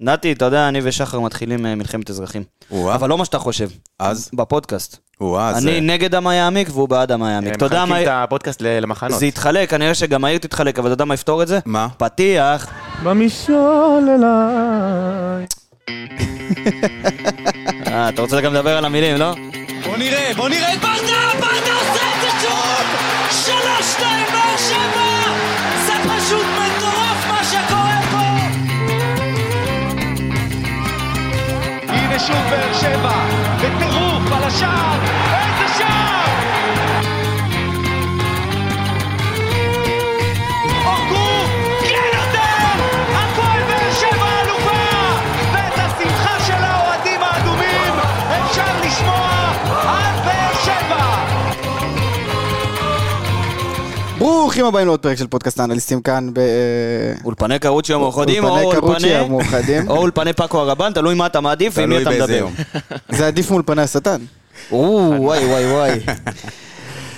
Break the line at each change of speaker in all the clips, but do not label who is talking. נתי, אתה יודע, אני ושחר מתחילים אה, מלחמת אזרחים.
או-אה.
אבל לא מה שאתה חושב.
אז?
בפודקאסט.
או-אה, אז...
אני נגד המה יעמיק והוא בעד המה יעמיק. אתה יודע
הם
מה...
מחלקים את הפודקאסט ל- למחנות.
זה יתחלק, כנראה שגם העיר תתחלק, אבל אתה יודע מה יפתור את זה?
מה?
פתיח.
במשעול אליי.
אה, אתה רוצה גם לדבר על המילים, לא?
בוא נראה, בוא נראה את ברדה, ברדה עושה את זה שוב! שלוש, שתיים, באר שבע! זה פשוט מטורף מה שקורה פה! הנה שוב באר שבע, בטירוף על השער! איזה שער! אורגו, כן נותן! הפועל באר שבע אלופה! ואת השמחה של האוהדים האדומים אפשר לשמוע עד באר שבע!
ברוכים הבאים לעוד פרק של פודקאסט האנליסטים כאן ב... אה,
אולפני קרוצ'י המאוחדים, או
אולפני קרוצ'י
אולפני...
המאוחדים.
או אולפני פאקו הרבן, תלוי מה אתה מעדיף ועם מי
תלוי
אתה
באיזה
מדבר.
יום.
זה עדיף מול פני השטן.
או, וואי וואי וואי.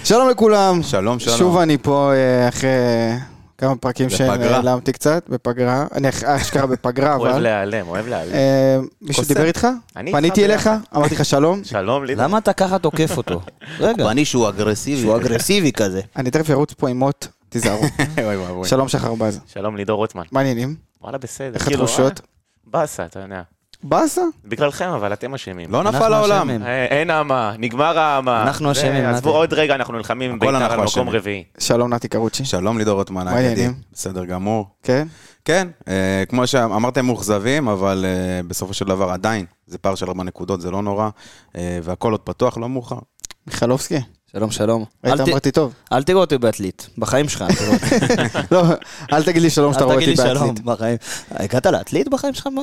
שלום לכולם.
שלום, שלום.
שוב אני פה אה, אחרי אה, כמה פרקים
בפגרה.
שנעלמתי קצת, בפגרה. אני אח- אשכרה בפגרה,
אוהב
אבל...
להיעלם, אוהב להיעלם.
אה, מישהו
קוסם.
דיבר איתך?
אני איתך
פניתי אליך,
ביחד.
אמרתי לך שלום.
שלום, לידו.
למה אתה ככה תוקף אותו? רגע,
ואני שהוא אגרסיבי.
לא, שהוא אגרסיבי כזה.
אני תכף ארוץ פה עם מוט, תיזהרו.
אוי ואבוי.
שלום שחר בז.
שלום, לידור רוטמן.
מה העניינים?
וואלה, בסדר.
איך
כאילו,
התחושות?
לא
אה, באסה, אתה יודע.
באסה?
בגללכם, אבל אתם אשמים.
לא
אנחנו
נפל העולם.
אשמים.
אה, אין אמה, נגמר האמה.
אנחנו
זה,
אשמים,
עזבו
נתי.
עוד רגע, אנחנו נלחמים עם
הכל
בית"ר על
אנחנו
מקום
אשמים.
רביעי.
שלום נתי קרוצ'י.
שלום, לידור רוטמן,
מה
האגדי.
העניינים?
בסדר גמור.
כן?
כן, אה, כמו שאמרתם, מאוכזבים, אבל אה, בסופו של דבר עדיין, זה פער של ארבע נקודות, זה לא נורא, אה, והכל עוד פתוח, לא מאוחר.
מיכלובסקי?
שלום, שלום.
ראית,
אל ת-
אמרתי טוב.
אל תראו אותי בעתלית, בחיים שלך. אל תראו אותי.
לא, אל תגיד לי שלום שאתה רואה
אל תגיד
אותי
לי שלום
בעתלית.
בחיים. הגעת לעתלית בחיים שלך? מה?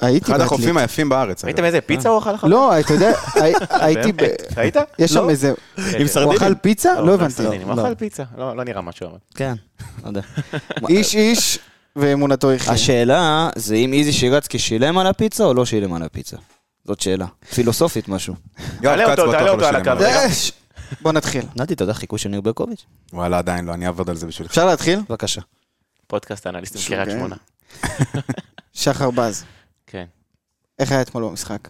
הייתי
אחד
בעתלית.
החופים היפים בארץ. אגב.
ראיתם איזה פיצה הוא אכל אחר
לא, אתה יודע, הי- הייתי ב...
באמת? ראית?
יש
לא?
שם איזה...
כן,
עם
כן.
סרדינים.
הוא אכל פיצה? לא הבנתי.
סרדינים, הוא
לא.
אכל פיצה, לא לא נראה משהו. אבל.
כן, לא יודע.
איש איש ואמונתו יחיה.
השאלה זה אם איזי שירצקי שילם על הפיצה או לא שילם על הפיצה. זאת שאלה. פילוסופית משהו.
יואב
תעלה
כץ
אותו,
בטוח
תעלה
לא
אותו על
שילם.
הקו.
זה-
רגע.
יש! אה, בוא נתחיל.
נתי, אתה יודע חיקוי של ניר ברקוביץ'?
וואלה, עדיין לא, אני אעבוד על זה בשבילך.
אפשר להתחיל?
בבקשה.
פודקאסט האנליסטים קריית
שוגע.
שמונה.
שחר בז,
כן.
איך היה אתמול במשחק?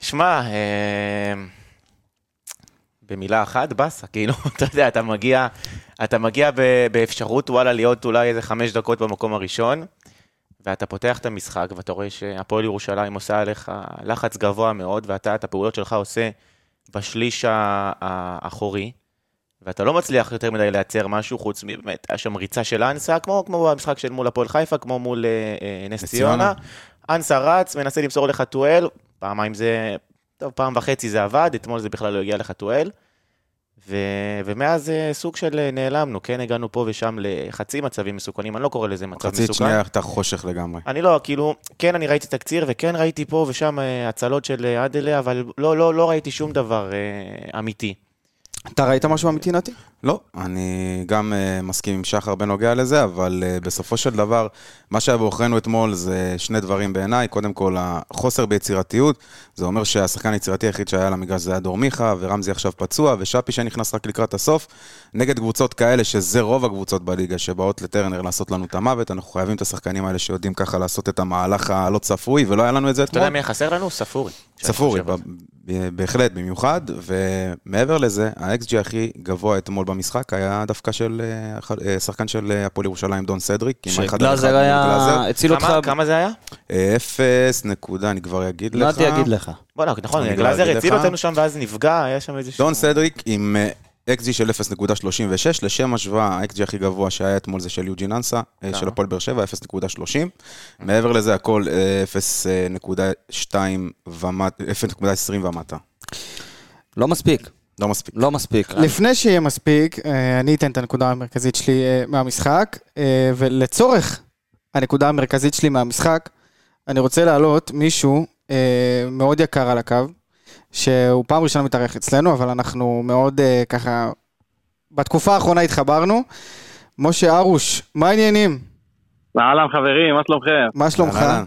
שמע, אה, במילה אחת, באסה, כאילו, אתה יודע, אתה מגיע, אתה מגיע ב- באפשרות, וואלה, להיות אולי איזה חמש דקות במקום הראשון, ואתה פותח את המשחק, ואתה רואה שהפועל ירושלים עושה עליך לחץ גבוה מאוד, ואתה את הפעולות שלך עושה בשליש ה- האחורי, ואתה לא מצליח יותר מדי לייצר משהו, חוץ מבאמת, היה שם ריצה של אנסה, כמו, כמו במשחק של מול הפועל חיפה, כמו מול אה, אה, נס
נס ציונה.
ציונה. אנסה רץ, מנסה למסור לחתואל, פעמיים זה, טוב, פעם וחצי זה עבד, אתמול זה בכלל לא הגיע לחתואל. ו... ומאז אה, סוג של אה, נעלמנו, כן הגענו פה ושם לחצי מצבים מסוכנים, אני לא קורא לזה מצב
חצי
מסוכן.
שנייה, אתה חושך לגמרי.
אני לא, כאילו, כן אני ראיתי תקציר וכן ראיתי פה ושם אה, הצלות של אה, אדלה, אבל לא, לא, לא ראיתי שום דבר אה, אמיתי.
אתה ראית משהו אמיתי נתי?
לא, אני גם uh, מסכים עם שחר בנוגע לזה, אבל uh, בסופו של דבר, מה שהיה בעוכרינו אתמול זה שני דברים בעיניי. קודם כל, החוסר ביצירתיות, זה אומר שהשחקן היצירתי היחיד שהיה על המגרש זה היה דור מיכה, ורמזי עכשיו פצוע, ושאפי שנכנס רק לקראת הסוף. נגד קבוצות כאלה, שזה רוב הקבוצות בליגה, שבאות לטרנר לעשות לנו את המוות, אנחנו חייבים את השחקנים האלה שיודעים ככה לעשות את המהלך הלא צפוי, ולא היה לנו את זה
אתה
אתמול.
יודע מי חסר לנו? ספורי.
ספורי,
שאני חושב על זה.
ב- ב- בהחלט, במיוחד, ומעבר לזה, ה-XG הכי גבוה אתמול במשחק היה דווקא של אה, ח- אה, שחקן של אה, הפועל ירושלים, דון סדריק. עם האחד על אחד
שגלאזר
מול
היה...
גלאזר.
הציל אותך...
כמה- כמה זה היה?
אה, אפס נקודה, אני כבר אגיד לך.
נתי יגיד לך.
בוא'נה, נכון,
אני לא
גלאזר
אגיד
הציל
לך.
אותנו שם ואז נפגע, היה שם איזה...
דון סדריק עם אה, XG של 0.36, לשם השוואה, ה-XG הכי גבוה שהיה אתמול זה של יוג'ין אנסה, אה, של הפועל באר שבע, 0.30. מעבר לזה, הכל אה, 0.2 ומטה, 0.20 ומטה.
לא מספיק.
לא מספיק.
לא מספיק.
לפני שיהיה מספיק, אה, אני אתן את הנקודה המרכזית שלי אה, מהמשחק, אה, ולצורך הנקודה המרכזית שלי מהמשחק, אני רוצה להעלות מישהו אה, מאוד יקר על הקו, שהוא פעם ראשונה מתארח אצלנו, אבל אנחנו מאוד אה, ככה, בתקופה האחרונה התחברנו. משה ארוש, מה העניינים?
אהלן חברים, מה שלומכם?
מה שלומך?
אהלן.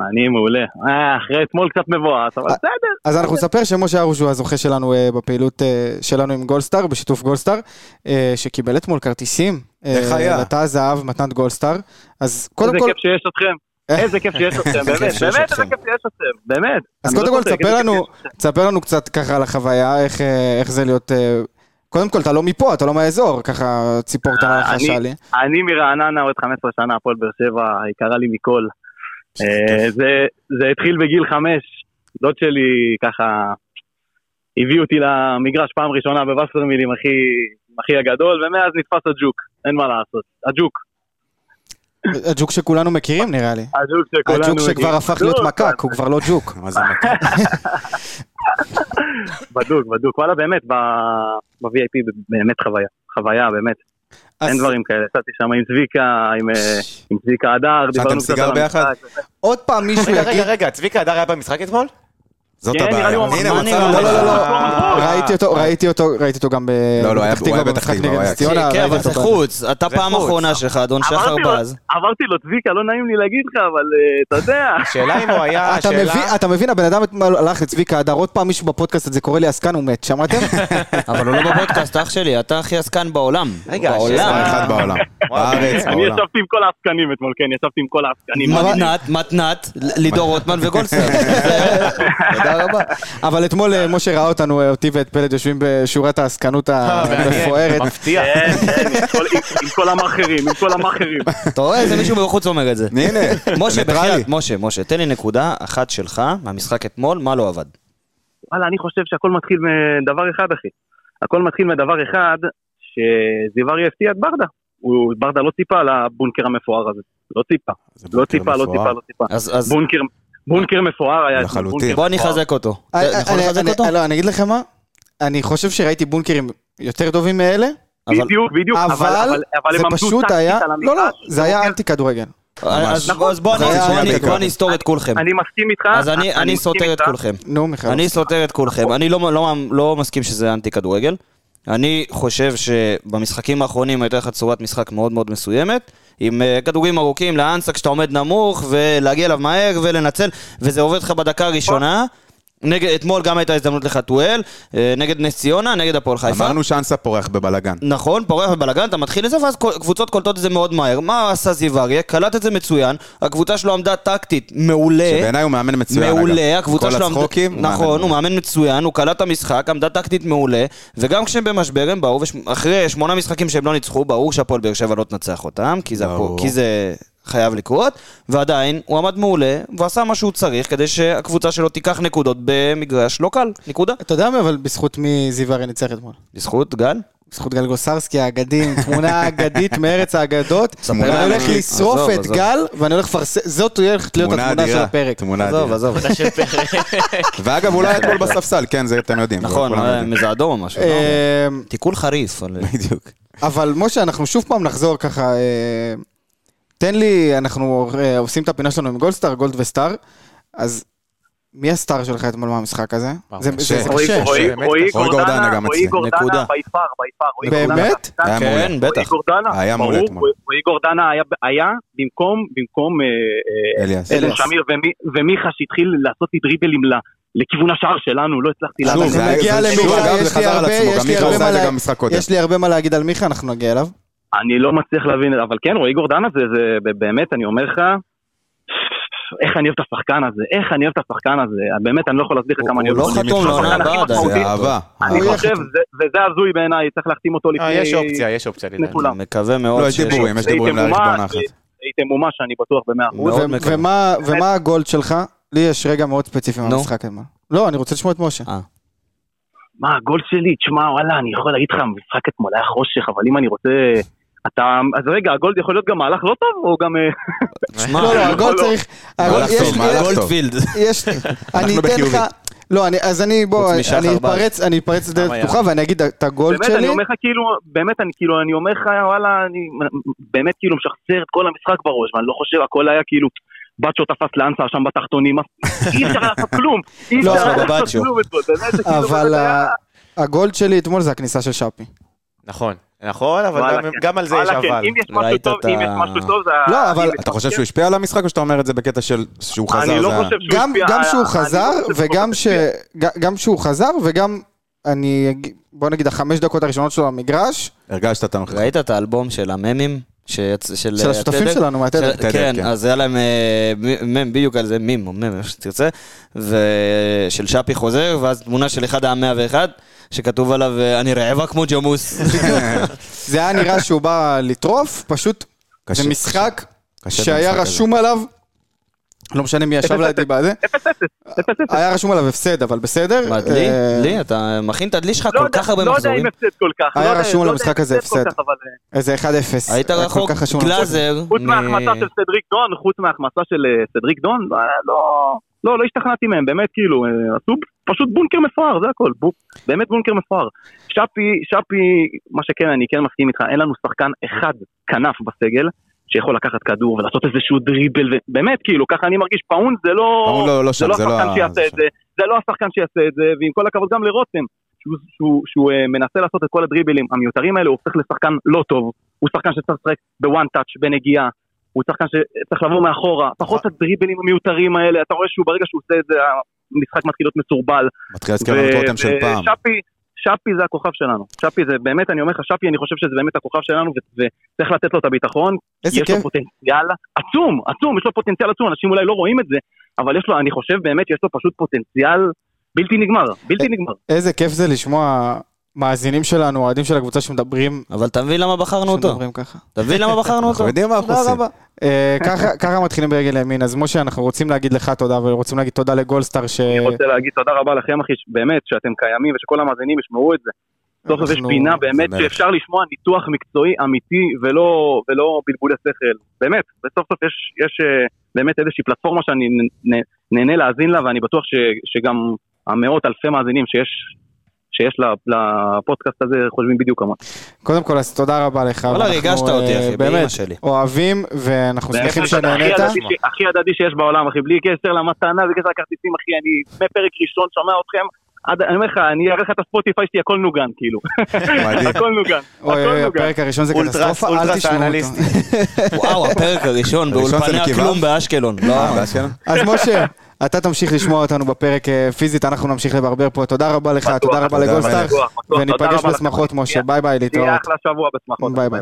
אני מעולה. אה, אחרי אתמול קצת מבואס, אבל
אה.
בסדר.
אז אנחנו נספר שמשה ארוש הוא הזוכה שלנו אה, בפעילות אה, שלנו עם גולדסטאר, בשיתוף גולדסטאר, אה, שקיבל אתמול כרטיסים. אה,
איך היה?
לתא הזהב, מתנת גולדסטאר. אז קודם
איזה
כל,
כיף שיש אתכם. איזה כיף שיש אתכם, באמת,
כיף שיש
באמת
אתכם.
איזה כיף שיש אתכם, באמת.
אז
אני לא
קודם כל,
צודק,
תספר
איזה
לנו,
כיף שיש
תספר לנו קצת ככה על החוויה, איך, אה, איך זה להיות... אה, קודם כל, אתה לא מפה, אתה לא מהאזור, ככה ציפור תנא לך
אני-
שאלי.
אני מרעננה עוד 15 שנה, הפועל באר שבע, יקרה לי מכל. אה, זה- זה התחיל בגיל חמש, דוד שלי ככה הביא אותי למגרש פעם ראשונה בווסרמיל עם אחי- עם אחי הגדול, ומאז נתפס הג'וק, אין מה לעשות, הג'וק.
הג'וק שכולנו מכירים, נראה לי.
הג'וק שכולנו...
הג'וק
מכירים.
שכבר הפך להיות
ג'וק,
מקק, הוא כבר לא ג'וק.
מה זה מכיר?
בדוק, בדוק, וואלה באמת, ב- ב-VIP באמת חוויה, חוויה באמת, אין
אז
דברים כאלה, יצאתי שם עם צביקה, עם, אה, עם צביקה הדר, דיברנו קצת
סיגר
על המשחק.
ביחד?
עוד פעם מישהו
רגע, רגע,
יגיד...
רגע, צביקה הדר היה במשחק אתמול?
זאת
כן, נראה לי
הבעיה.
הוא
הנה,
אמר,
מצאנו
מה
את
אני-
הבעיה.
לא, לא, לא.
אה,
ראיתי אותו, ראיתי אותו, ראיתי אותו גם ב-
לא, לא, היה-
בפתח
הוא היה
תקווה
בפתח
במשחק
תקווה, הוא
נגד
היה-
נס ציונה.
כן, אבל
ראיתי
זה
אותו.
חוץ. אתה
זה
פעם
חוץ. לא-
אחרונה שלך, אדון שחר
אמרתי לו-
בז.
אמרתי לו, צביקה, לא נעים לי להגיד לך, אבל אה, אתה יודע.
השאלה אם הוא היה,
אתה
השאלה...
אה,
מבין, אתה מבין, הבן אדם אתמול הלך לצביקה הדר, עוד פעם מישהו בפודקאסט הזה קורא לי עסקן, הוא מת, שמעתם?
אבל הוא לא בפודקאסט, אח שלי, אתה הכי עסקן בעולם.
רגע,
בעולם.
השאלה-
אחד בעולם.
וואי,
בארץ,
אני
בעולם.
ישבתי עם כל העסקנים אתמול, כן, ישבתי עם כל העסקנים.
מתנת, מתנת, לידור רוטמן וגולדסטאר. תודה רבה.
אבל אתמול אה, משה ראה אותנו, אה, אותי ואת פלד יושבים בשורת העסקנות המפוארת.
מפתיע.
כן, כן, עם כל- עם- עם כל המאכערים, עם כל המאכערים.
אתה רואה איזה מישהו מבחוץ אומר את זה.
הנה,
משה,
ניטרלי.
בחייאת, משה, משה, תן לי נקודה אחת שלך מהמשחק אתמול, מה לא עבד.
וואלה, אני חושב שהכל מתחיל מדבר אחד, אחי. הכל מתחיל מדבר אחד, שזיווריה הפתיע את ברדה. הוא- ברדה לא ציפה לבונקר המפואר הזה. לא ציפה.
זה
לא
בונקר
ציפה, לא
מפואר.
ציפה, לא ציפה.
אז אז
בונקר, בונקר מפואר היה... אתמול,
לחלוטין.
בונקר
בוא
מפואר.
נחזק אותו. אתה
אני-
יכול
אני-
לחזק
אני-
אותו?
לא, אני אגיד לך מה, אני חושב שראיתי בונקרים יותר טובים מאלה,
אבל-
בדיוק, בדיוק.
אבל
אבל
זה
הם עמדו
פשוט
טקטית
היה,
על המגרש. אוקיי?
לא, לא, זה היה אנטי כדורגל.
אז
נכון.
אז בוא אני-
זה היה
בוא אני-
בעיקר.
בוא אני אסתור את כולכם.
אני מסכים איתך.
אז אני- אני
מסכים
סותר את
איתך.
כולכם.
נו, מיכאל.
אני סותר את כולכם. אני לא- לא לא מסכים שזה אנטי כדורגל. אני חושב שבמשחקים האחרונים הייתה לך צורת משחק מאוד מאוד מסוימת, עם אה, כדורים ארוכים לאנסה כשאתה עומד נמוך, ולהגיע אליו מהר ולנצל, וזה עובד לך בדקה הראשונה. נגד, אתמול גם הייתה הזדמנות לחתואל, אה, נגד נס ציונה, נגד הפועל חיפה.
אמרנו שאנסה פורח בבלגן.
נכון, פורח בבלאגן, אתה מתחיל את זה, ואז כל- קבוצות קולטות את זה מאוד מהר. מה עשה זיו אריה? קלט את זה מצוין, הקבוצה שלו עמדה טקטית מעולה.
שבעיניי הוא מאמן מצוין, אגב.
מעולה, הקבוצה שלו...
כל
עמדה-
הצחוקים,
נכון, הוא מאמן מצוין, הוא קלט את המשחק, עמדה טקטית מעולה, וגם כשהם במשבר הם באו, וש- אחרי שמונה משחקים שהם לא ניצחו, ברור שהפועל באר שבע לא תנצח אותם, כי זה הפועל-
ברור.
כי זה חייב לקרות, ועדיין הוא עמד מעולה, ועשה מה שהוא צריך כדי שהקבוצה שלו תיקח נקודות במגרש לא קל, נקודה.
אתה יודע מה, אבל בזכות מי זיו הרי ניצח אתמול?
בזכות גל.
בזכות גל גוסרסקי האגדים, תמונה אגדית מארץ האגדות.
תמונה
אני הולך
אמיתית.
לשרוף
עזוב,
את
עזוב.
גל, ואני הולך לפרסם, זאת הולכת להיות
תמונה
התמונה של
אדירה.
הפרק.
תמונה
עזוב,
אדירה.
עזוב.
ואגב, הוא לא היה אתמול בספסל, כן, זה אתם יודעים.
נכון,
כולם
אה,
יודעים.
מזה אדום או משהו. לא?
אה,
אמ,
תיקול חריף. אבל-
בדיוק.
אבל משה, אנחנו שוב פעם נחזור ככה, אה, תן לי, אנחנו אה, עושים את הפינה שלנו עם גולדסטאר, גולד וסטאר, אז מי הסטאר שלך אתמול מהמשחק הזה?
וואו,
זה
קשה.
זה- זה
רועי-
קשה.
רועי-
באמת
רועי
קשה. רועי גורדנה גם
גורדנה,
אצלי.
רועי גורדנה
נקודה.
ביפר, ביפר. רועי גורדנה
באמת?
חצה.
היה מעולה.
כן, בטח.
רועי גורדנה,
היה מעולה
ברור,
אתמול.
רועי- רועי גורדנה היה- היה במקום, במקום אה, אה,
אליאס.
אליאס.
עדן שמיר ומי- ומיכה שהתחיל לעשות לי דריבלים ל- לכיוון השער שלנו, לא הצלחתי
שוב,
להבין.
זה היה-
נגיע
זה-
למיכה,
שוב, אגב,
יש
זה
לי
חזר על
הרבה-
עצמו,
יש
גם
לי
מיכה
הרבה
עושה
מה
את זה
לה-
גם במשחק קודם.
יש לי הרבה מה להגיד על מיכה, אנחנו נגיע אליו.
אני לא מצליח להבין, אבל כן, רועי גורדנה זה, זה ב- באמת, אני אומר לך, איך אני אוהב את השחקן הזה, איך אני אוהב את השחקן הזה, באמת, אני לא יכול להסביר לך כמה אני
הוא
אוהב
לא
אותו.
חתום
אני
לעונה
חושב
הבאה
שהשחקן הכי
עדיין.
זה
משמעותי.
אהבה.
אני
הוא יהיה
חושב,
חתום.
זה- וזה הזוי בעיניי, צריך להחתים אותו לפני...
אה, יש אופציה, יש אופציה.
לפני
לדעתי.
כולם.
אני מקווה
לא,
מאוד
יש דיבורים, יש
זה
דיבורים להאריך
יתמומש,
בעונה אחת. לא.
היא תמומש, אני בטוח במאה אחוז.
מאוד
ו-
מקווה.
ומה-
באמת.
ומה הגולד שלך? לי יש רגע מאוד ספציפי
נו.
מהמשחק אתמול. לא, אני רוצה לשמוע את משה.
אה,
מה, הגול שלי, תשמע, וואלה, אני יכול להגיד לך, המשחק אתמול היה חושך, אבל אם אני רוצה... אתה... אז רגע, הגולד יכול להיות גם מהלך לא טוב, או גם... אה,
שמע, אה,
לא, לא,
לא,
הגולד
לא.
צריך...
מהלך
הגולד- יש
טוב,
לי-
מהלך טוב.
גולדפילד.
יש, אני אתן לך,
בחיובי.
לא, אני, אז אני, בוא,
חוץ משחר
אני
בר.
אתפרץ, אני אתפרץ לדלת
היה?
פתוחה ואני אגיד את הגולד
באמת,
שלי,
אני אומר לך, כאילו, באמת, אני כאילו, אני אומר לך, וואלה, אני באמת כאילו משחזר את כל המשחק בראש, ואני לא חושב, הכל היה כאילו... בצ'ו תפס לאנסה שם בתחתונים, אי אפשר לעשות כלום, אי
לא,
אפשר
אבל
לעשות
בבצ'ו.
כלום אתמול, באמת, זה כאילו...
אבל
באמת היה-
ה- הגולד שלי אתמול זה הכניסה של שפי.
נכון, נכון,
אה,
אבל
וואלה,
גם-
כן.
גם על זה יש
וואלה, כן,
אבל.
אם יש משהו
ראית
טוב,
את
אם
ה-
יש משהו טוב, זה...
לא,
ה-
אבל-
אם יש
אתה חושב
משהו
שהוא השפיע על המשחק, או שאתה אומר את זה בקטע של שהוא חזר?
אני לא
זה ה-
חושב שהוא
גם,
השפיע,
גם
אה,
שהוא
אני לא
חזר
חושב שהוא
וגם ש...
השפיע.
ג- גם שהוא חזר וגם, אני, אגיד- בוא נגיד החמש דקות הראשונות שלו במגרש,
הרגשת את הנוכחות.
ראית את האלבום של הממים? שיצ- של
של
אה,
השותפים
התדר.
שלנו מהתדר.
של- כן,
כן.
אז היה להם אה, מ- מם בדיוק על זה, מים או מם, איך שתרצה, ושל שפי חוזר, ואז תמונה של אחד העם 101, שכתוב עליו, אה, אני רעבה כמו ג'מוס.
זה היה נראה שהוא בא לטרוף, פשוט
קשה,
זה משחק
קשה
שהיה
במשחק הזה.
רשום עליו, לא משנה מי ישב לידי בזה, היה רשום עליו הפסד, אבל בסדר.
מה, דלי?
אה,
דלי, אתה מכין את הדלי שלך
לא
כל
יודע-
כך הרבה
לא יודע
מחזורים.
אם הפסד כל כך.
היה
לא יודע-
רשום
לא
על
יודע אם
המשחק הזה
כל
הפסד.
כך, אבל, אה,
איזה 1-0.
היית
היה כל
רחוק,
כך חשוב נכון. לנו.
גלאזר.
חוץ
מ-
מההחמצה של סדריק דון, חוץ מההחמצה של אה, סדריק דון, אה, לא, לא, לא השתכנעתי מהם, באמת, כאילו, אה, עשו פשוט בונקר מפואר, זה הכל, בו, באמת בונקר מפואר. שפי, שפי, מה שכן, אני כן מסכים איתך, אין לנו שחקן אחד כנף בסגל. שיכול לקחת כדור ולעשות איזשהו דריבל, ובאמת, כאילו, ככה אני מרגיש, פאון זה לא...
פאון לא- לא שם,
זה לא
זה לא
השחקן
ה-
שיעשה
זה
את זה, זה לא השחקן שיעשה את זה, ועם כל הכבוד גם לרותם, שהוא- שהוא- שהוא אה, מנסה לעשות את כל הדריבלים המיותרים האלה, הוא הופך לשחקן לא טוב, הוא שחקן שצריך לשחק בוואן טאץ', בנגיעה, הוא שחקן שצריך לבוא מאחורה, פחות את הדריבלים המיותרים האלה, אתה רואה שהוא ברגע שהוא עושה את זה, המשחק מתחיל להיות מסורבל.
מתחיל להזכיר לנו את
ו-
רותם של פעם.
ושפי, שפי זה הכוכב שלנו. שפי זה באמת, אני אומר לך, שפי, אני חושב שזה באמת הכוכב שלנו, ו- וצריך לתת לו את הביטחון.
איזה
יש לו
כיף.
פוטנציאל עצום, עצום, יש לו פוטנציאל עצום, אנשים אולי לא רואים את זה, אבל יש לו, אני חושב באמת, יש לו פשוט פוטנציאל בלתי נגמר, בלתי נגמר.
איזה כיף זה לשמוע מאזינים שלנו, אוהדים של הקבוצה שמדברים.
אבל אתה מבין למה בחרנו אותו?
שמדברים ככה.
אתה מבין למה בחרנו אותו?
אנחנו יודעים מה אנחנו עושים.
אה, ככה- ככה מתחילים ברגל ימין, אז משה, אנחנו רוצים להגיד לך תודה, ורוצים להגיד תודה לגולדסטאר, ש...
אני רוצה להגיד תודה רבה לכם, אחי, ש- באמת, שאתם קיימים ושכל המאזינים ישמעו את זה. סוף סוף יש
אנחנו-
פינה באמת
זה מלך.
שאפשר לשמוע ניתוח מקצועי אמיתי ולא, ולא בלבולי שכל. באמת, וסוף סוף יש, יש אה, באמת איזושהי פלטפורמה שאני נ- נ- נהנה להאזין לה, ואני בטוח ש, שגם המאות אלפי מאזינים שיש, שיש ל- לפודקאסט הזה חושבים בדיוק כמוני.
קודם כל, אז תודה רבה לך.
וואלה,
ואנחנו,
ריגשת
אה,
אותי, אחי, באמא
באמת,
שלי.
אוהבים, ואנחנו
באמת,
שמחים
אתה הכי
שנהנית.
הדדי ש- הכי הדדי שיש בעולם, אחי, בלי קשר למתנה, בלי קשר לכרטיסים, אחי, אני מפרק ראשון שומע אתכם. עד- אני אומר לך, אני אראה לך את הספוטיפיי שלי, הכל נוגן, כאילו.
מדהים.
הכל נוגן.
אוי,
הכל
אוי,
נוגן.
הפרק הראשון זה
אולטרס-
קטסטרופה, אל
אולטרס
תשמעו אותו.
האנליסטים.
וואו, הפרק הראשון באולפני
של כיבב?
הכלום באשקלון. לא,
אה, באשקלון?
אז משה, אתה תמשיך לשמוע אותנו בפרק אה, פיזית, אנחנו נמשיך לברבר פה. תודה רבה לך,
בטוח,
תודה רבה
בטוח,
לגולדסטאר,
בטוח, בטוח. תודה
וניפגש
רבה
בשמחות,
לכם.
משה. ביי ביי,
תהיה
להתראות.
אחלה שבוע בשמחות.
ביי ביי.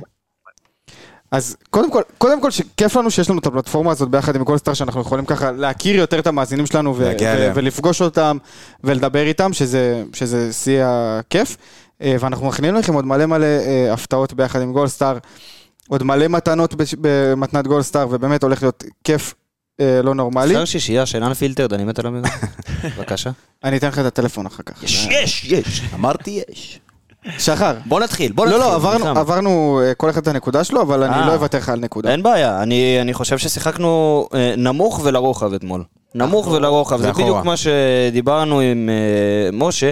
אז קודם כל, קודם כל שכיף לנו שיש לנו את הפלטפורמה הזאת ביחד עם כל סטאר שאנחנו יכולים ככה להכיר יותר את המאזינים שלנו ו-
להגיע
ו-
אליהם.
ולפגוש אותם ולדבר איתם, שזה, שזה שיא הכיף. אה, ואנחנו מכינים לכם עוד מלא מלא אה, הפתעות ביחד עם גולדסטאר, עוד מלא מתנות בש- במתנת גולדסטאר, ובאמת הולך להיות כיף אה, לא נורמלי.
חסר שישייה של אנפילטרד, אני מת עליו. לגמרי. בבקשה.
אני אתן לך את הטלפון אחר כך.
יש, יש.
אמרתי יש.
שחר.
בוא נתחיל, בוא
לא,
נתחיל.
לא, עברנו,
נחם.
עברנו אה, כל אחד את הנקודה שלו, אבל אני
אה.
לא אוותר לך על נקודה.
אין בעיה, אני, אני חושב ששיחקנו אה, נמוך ולרוחב אתמול. נמוך ולרוחב, זה
ואחורה.
בדיוק מה שדיברנו עם אה, משה,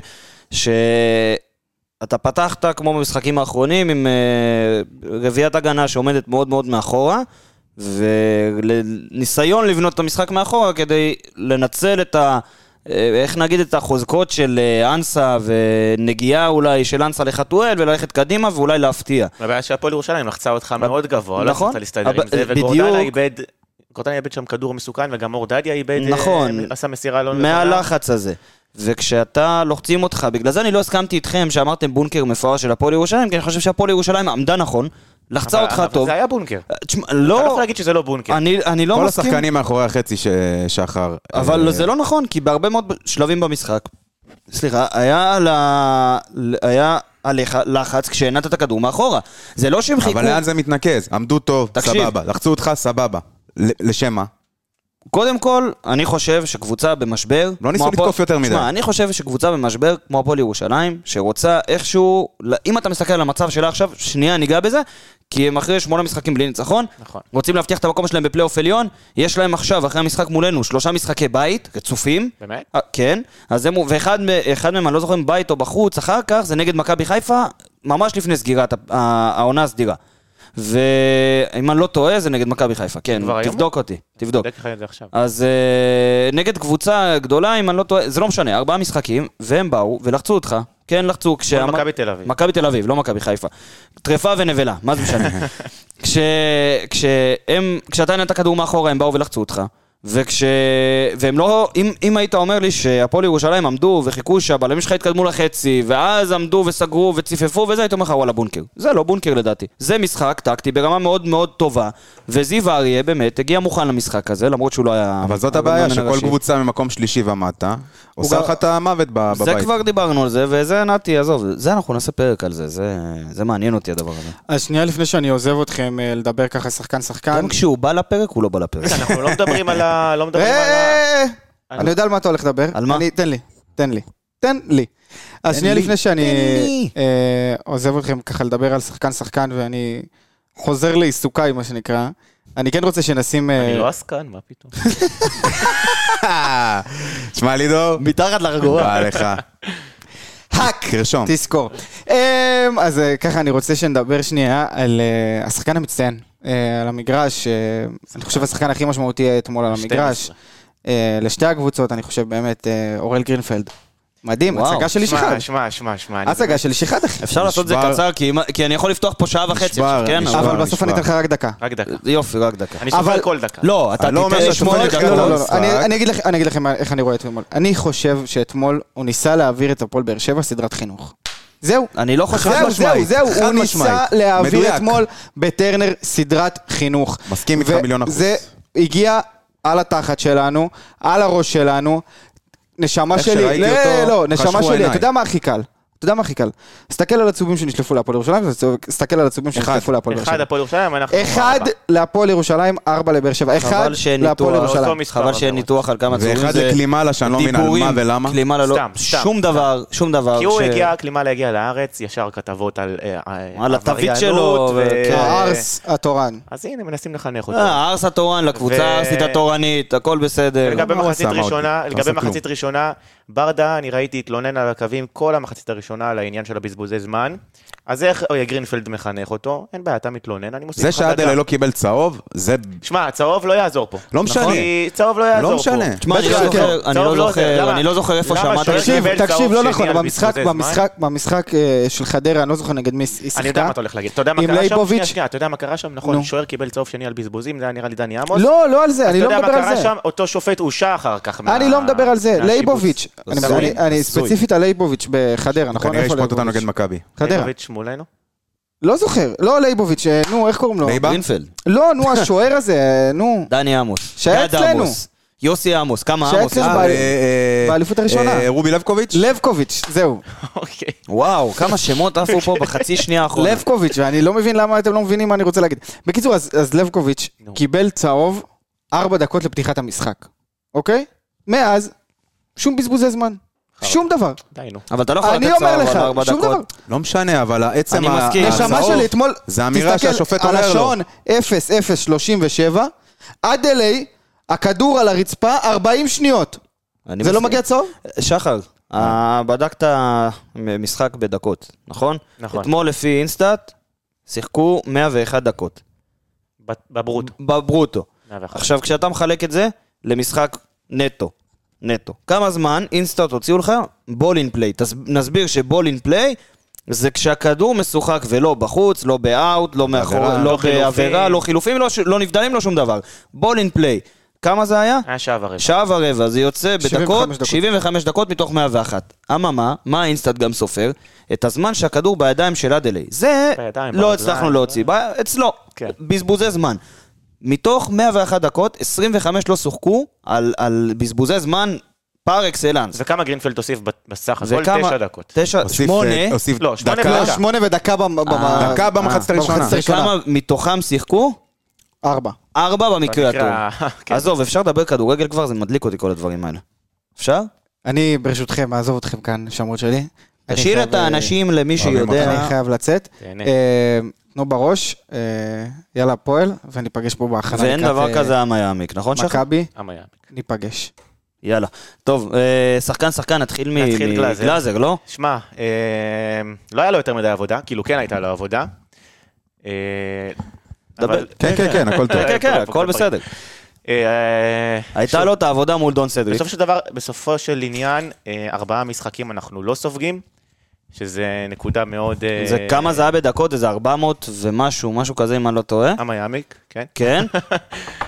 שאתה פתחת כמו במשחקים האחרונים עם אה, רביעיית הגנה שעומדת מאוד מאוד מאחורה, וניסיון לבנות את המשחק מאחורה כדי לנצל את ה... אה, איך נגיד את החוזקות של אה, אנסה ונגיעה אולי של אנסה לחתואל וללכת קדימה ואולי להפתיע.
הבעיה שהפועל ירושלים לחצה אותך מאוד גבוה, לא
נכון.
יכולת להסתדר
אבל-
עם זה,
בדיוק.
וגורדנה איבד... גורדנה איבד שם כדור מסוכן, וגם אורדדיה איבד... אה,
נכון.
עשה מסירה לא נכונה.
מהלחץ הזה. וכשאתה, לוחצים אותך, בגלל זה אני לא הסכמתי איתכם שאמרתם בונקר מפואר של הפועל ירושלים, כי אני חושב שהפועל ירושלים עמדה נכון, לחצה
אבל-
אותך
אבל
טוב.
זה היה בונקר.
תשמע,
אתה לא
לא,
יכול להגיד שזה לא בונקר.
אני אני לא
כל
מסכים,
השחקנים מאחורי החצי ש- שחר.
אבל
אה,
זה לא נכון, כי בהרבה מאוד שלבים במשחק, סליחה, היה על ה- היה עליך לחץ כשהנעת את הכדור מאחורה. זה לא שהם חיכו,
אבל לאן זה מתנקז? עמדו טוב,
תקשיב.
סבבה. לחצו אותך, סבבה. ל- לשם מה?
קודם כל, אני חושב שקבוצה במשבר...
לא ניסו
כמו הפועל-
לתקוף יותר מדי.
שמע, אני חושב שקבוצה במשבר, כמו הפועל ירושלים, שרוצה איכשהו... ל- אם אתה מסתכל על המצב שלה עכשיו, שנייה ניגע בזה, כי הם אחרי שמונה משחקים בלי ניצחון,
נכון.
רוצים להבטיח את המקום שלהם בפלייאוף עליון, יש להם עכשיו, אחרי המשחק מולנו, שלושה משחקי בית, רצופים.
באמת?
אה, כן, אז הם, ואחד מ- אחד מהם, אני לא זוכר אם בית או בחוץ, אחר כך זה נגד מכבי חיפה, ממש לפני סגירת ה- ה- העונה הסדירה. ואם אני לא טועה, זה נגד מכבי חיפה, כן,
כבר היום?
תבדוק אותי, תבדוק.
בודק לך את זה עכשיו.
אז אה, נגד קבוצה גדולה, אם אני לא טועה, זה לא משנה, ארבעה משחקים, והם באו ולחצו אותך. כן, לחצו כשאמר...
מכבי תל אביב.
מכבי תל אביב, לא מכבי חיפה. טרפה ונבלה, מה זה משנה? כש... כשהם... כשאתה נתת כדור מאחורה, הם באו ולחצו אותך. וכש... והם לא... אם, אם היית אומר לי שהפועל ירושלים עמדו וחיכו שהבלמים שלך התקדמו לחצי, ואז עמדו וסגרו וציפפו וזה, הייתי אומר לך וואלה בונקר. זה לא בונקר לדעתי. זה משחק טקטי ברמה מאוד מאוד טובה, וזיו אריה באמת הגיע מוכן למשחק הזה, למרות שהוא לא היה...
אבל זאת
המאמן
הבעיה, שכל
הראשי.
קבוצה ממקום שלישי ומטה, עושה
גם-
לך את המוות ב-
זה
בבית.
כבר דיברנו על זה, וזה נתי, עזוב, זה אנחנו נעשה פרק על זה, זה, זה מעניין אותי הדבר הזה.
אז שנייה לפני שאני עוזב אתכם אה, לדבר ככה שחקן-שחקן.
גם כשהוא בא לפרק, הוא לא בא לפרק.
אנחנו לא מדברים על ה... לא מדברים על ה...
אה, אני יודע על מה אתה הולך לדבר.
על מה?
אני- תן לי, תן לי. תן לי. אז שנייה
לי.
לפני שאני
תן לי.
אה, עוזב אתכם ככה לדבר על שחקן-שחקן ואני חוזר לעיסוקיי, מה שנקרא. אני כן רוצה שנשים... אה,
אני לא עסקן, מה פתאום?
שמע, לידור,
מתחת לחגורה.
בא לך.
האק!
תרשום.
תזכור. אמ, אז אה, ככה אני רוצה שנדבר שנייה על אה, השחקן המצטיין, אה, על המגרש. אה, אני חושב השחקן הכי משמעותי היה אתמול על
12.
המגרש. אה, לשתי הקבוצות, אני חושב באמת, אה, אוראל גרינפלד. מדהים,
וואו.
הצגה של איש אחד.
שמע, שמע, שמע, שמע. אני-
הצגה של איש אחד, אחי.
אפשר לעשות את זה
נשבר.
קצר, כי אם- כי אני יכול לפתוח פה שעה וחצי,
נשבר,
עכשיו, כן?
נשבר.
אבל בסוף אני אתן לך רק דקה.
רק דקה.
יופי, רק דקה.
אני סופר
אבל-
כל דקה.
לא, אתה
אני לא אומר
תיתן לי
שהשופט
שמונה
יקרא
לא, לא,
דקות.
לא,
המשחק.
אני אני אגיד לך- אני אגיד לכם מה- איך אני רואה את אתמול. אני חושב שאתמול הוא ניסה להעביר את הפועל באר שבע סדרת חינוך. זהו.
אני לא חושב...
זהו, זהו,
משמעית,
זהו,
חד
הוא ניסה
משמעית.
להעביר
מדויק.
אתמול בטרנר סדרת חינוך.
מסכים איתך
ו-
מיליון אחוז.
זה הגיע על התחת שלנו, על הראש שלנו, נשמה
איך
שלי,
שראיתי
לא,
אותו,
לא,
חשכו
נשמה שלי,
עיניי.
אתה יודע מה הכי קל? אתה יודע מה הכי קל? תסתכל על הצהובים שנשלפו להפועל ירושלים, תסתל על הצהובים שנשלפו להפועל באר
אחד
שבע.
הפועל ירושלים, אנחנו...
אחד
ארבע.
להפועל ירושלים, ארבע לבאר שבע. אחד
חבל שאין
להפועל
ניתוח,
ירושלים.
אותו מספר, לא.
חבל שאין
אבל-
ניתוח על כמה צהובים
ואחד
זה...
לקלימלה, שאני לא מבין על מה
דיבורים,
ולמה.
כלימה ללא...
סתם, סתם,
שום
סתם.
דבר, שום דבר.
כי הוא
אה, ש-
הגיע, כלימה להגיע לארץ, ישר כתבות על אה, אה,
על התווית
עבריינות
שלו,
ו-
וכן.
אה,
הארס התורן.
אז הנה, מנסים לחנך אותו.
אה, הארס התורן, לקבוצה
ו-
הארסית התורנית, הכל בסדר.
גם-
לגבי
מה הוא
מחצית
עשה, מה
ראשונה,
עוד? לא
לגבי
עשה כלום.
מחצית ראשונה, ברדה, אני ראיתי, התלונן על הקווים כל המחצית הראשונה על העניין של הבזבוזי זמן. אז איך אוי, גרינפלד מחנך אותו? אין בעיה, אתה מתלונן, אני מוסיף
זה
לך דקה.
שעדלה לא קיבל צהוב, זה...
שמע, הצהוב לא יעזור פה.
לא משנה.
כי צהוב לא יעזור פה.
לא משנה.
תשמע, אני
בטח
לא
שכן.
זוכר- אני
צהוב
לא
לא עוזר.
זוכר,
למה?
אני לא זוכר איפה
למה
שמעת את
שוער
זה.
קיבל
תקשיב, תקשיב,
צהוב
לא
שני
נכון,
על
במשחק,
בזבוזי זמן?
במשחק, במשחק אה, של חדרה, אני לא זוכר נגד מי היא
אני יודע מה
שיחקה.
אתה הולך להגיד. אתה יודע מה
עם
קרה שם?
ליבוביץ'?
שנייה, שנייה, אתה יודע מה קרה שם?
נו.
נכון, שוער קיבל צהוב שני על בזבוזים, זה היה נראה לי דני עמוס.
לא, לא על זה, אני לא
אתה
מדבר
יודע מה
על
קרה
זה.
שם? אה, אותו שופט הושע אחר כך. מה-
אני לא מדבר על זה,
מהשיבוץ.
לייבוביץ'. אני-
הזוי,
אני- אני
הזוי.
ספציפית על לייבוביץ' בחדרה, נכון?
כנראה
איפה
ישפוט אותנו נגד
לייבוביץ'?
מכבי.
חדרה.
לייבוביץ' מולנו.
לא זוכר, לא לייבוביץ', אה, נו, איך קוראים לו?
לייב-
גרינפלד,
לא, נו, השוער הזה, אה, נו,
דני עמוס.
שהיה
גד
אצלנו.
עמוס, יוסי עמוס, כמה
שהיה
עמוס?
אצלנו
אה,
בעל-
אה, אה,
באליפות הראשונה.
אה, רובי לבקוביץ'?
לבקוביץ', זהו,
אוקיי.
וואו, כמה שמות עפו פה בחצי שנייה האחרונה.
לבקוביץ', ואני לא מבין למה אתם לא מבינים מה אני רוצה להגיד. בקיצור, אז אז לבקוביץ'
נו.
קיבל צהוב ארבע דקות לפתיחת המשחק, אוקיי? מאז, שום בזבוזי זמן, שום דבר.
די, נו.
אבל אתה לא יכול לתת
אני אומר
צהוב על ארבע
לך, שום דבר.
דקות.
לא משנה, אבל עצם
אני
ה-
מסכים.
נשמה
הצהוב,
שלי אתמול,
אה, זה אמירה שהשופט
תסתכל
אומר
על
לו.
השעון 0-0-37, עד אליי, הכדור על הרצפה, 40 שניות.
אני
זה לא
מסכים.
מגיע צהוב?
שחר, אה, בדקת משחק בדקות, נכון?
נכון.
אתמול לפי אינסטאט, שיחקו 101 דקות.
בברוטו.
בברוטו.
101.
עכשיו, כשאתה מחלק את זה למשחק נטו, נטו, כמה זמן אינסטאט הוציאו לך? בול אין פליי. תס- נסביר שבול אין פליי זה כשהכדור משוחק ולא בחוץ, לא באאוט, לא מאחור,
בעבירה,
לא
לא חילופים.
בעבירה, לא חילופים, לא ש- לא נבדלים, לא שום דבר. בול אין פליי. כמה זה היה?
היה שעה ורבע.
שעה ורבע, זה יוצא
75
בדקות,
דקות.
75 דקות מתוך 101. אממה, מה האינסטנט גם סופר? את הזמן שהכדור בידיים של אדלי. זה
בידיים,
לא
ברגליים.
הצלחנו להוציא, ב- אצלו.
כן.
בזבוזי זמן. מתוך 101 דקות, 25 לא שוחקו על- על בזבוזי זמן פר אקסלנס.
וכמה גרינפלד תוסיף ב- בסך הכל?
וכמה-
תשע דקות.
תשע,
הוסיף,
שמונה.
אה, הוסיף
לא, שמונה
דקה.
לא,
דקה.
שמונה ודקה במ- במ-
דקה במחצית
אה,
הראשונה.
במחצית
וכמה מתוכם שיחקו?
ארבע.
ארבע במקרה
במקרה-
הטוב.
כן.
עזוב, אפשר לדבר כדורגל כבר? זה מדליק אותי כל הדברים האלה. אפשר?
אני, ברשותכם, אעזוב אתכם כאן, שמות שלי. אני
תשאיר
חייב,
את האנשים למי
אה, אוהבים
אה,
שיודע.
אני חייב לצאת.
תהנה.
אה, תנו בראש, אה, יאללה הפועל, וניפגש פה בהכנה.
ואין
לקראת,
דבר
אה,
כזה עם יעמיק, נכון שחר?
מכבי,
עם היעמיק.
ניפגש.
יאללה. טוב, אה, שחקן שחקן, נתחיל מ-
נתחיל גלאזר. כן,
מגלאזר, לא?
שמע, אה, לא היה לו יותר מדי עבודה, כאילו כן הייתה לו עבודה. אה,
דבר.
אבל-
כן, כן, כן, הכל טוב.
כן, כן, כן, הכל בסדר.
אה,
הייתה לו את העבודה מול דון סדריק.
בסופו של דבר, בסופו של עניין, אה, ארבעה משחקים אנחנו לא סופגים, שזה נקודה מאוד... אה,
זה כמה זה היה בדקות? איזה 400 ומשהו, משהו כזה, אם אני לא טועה.
עם היעמיק. כן?
כן?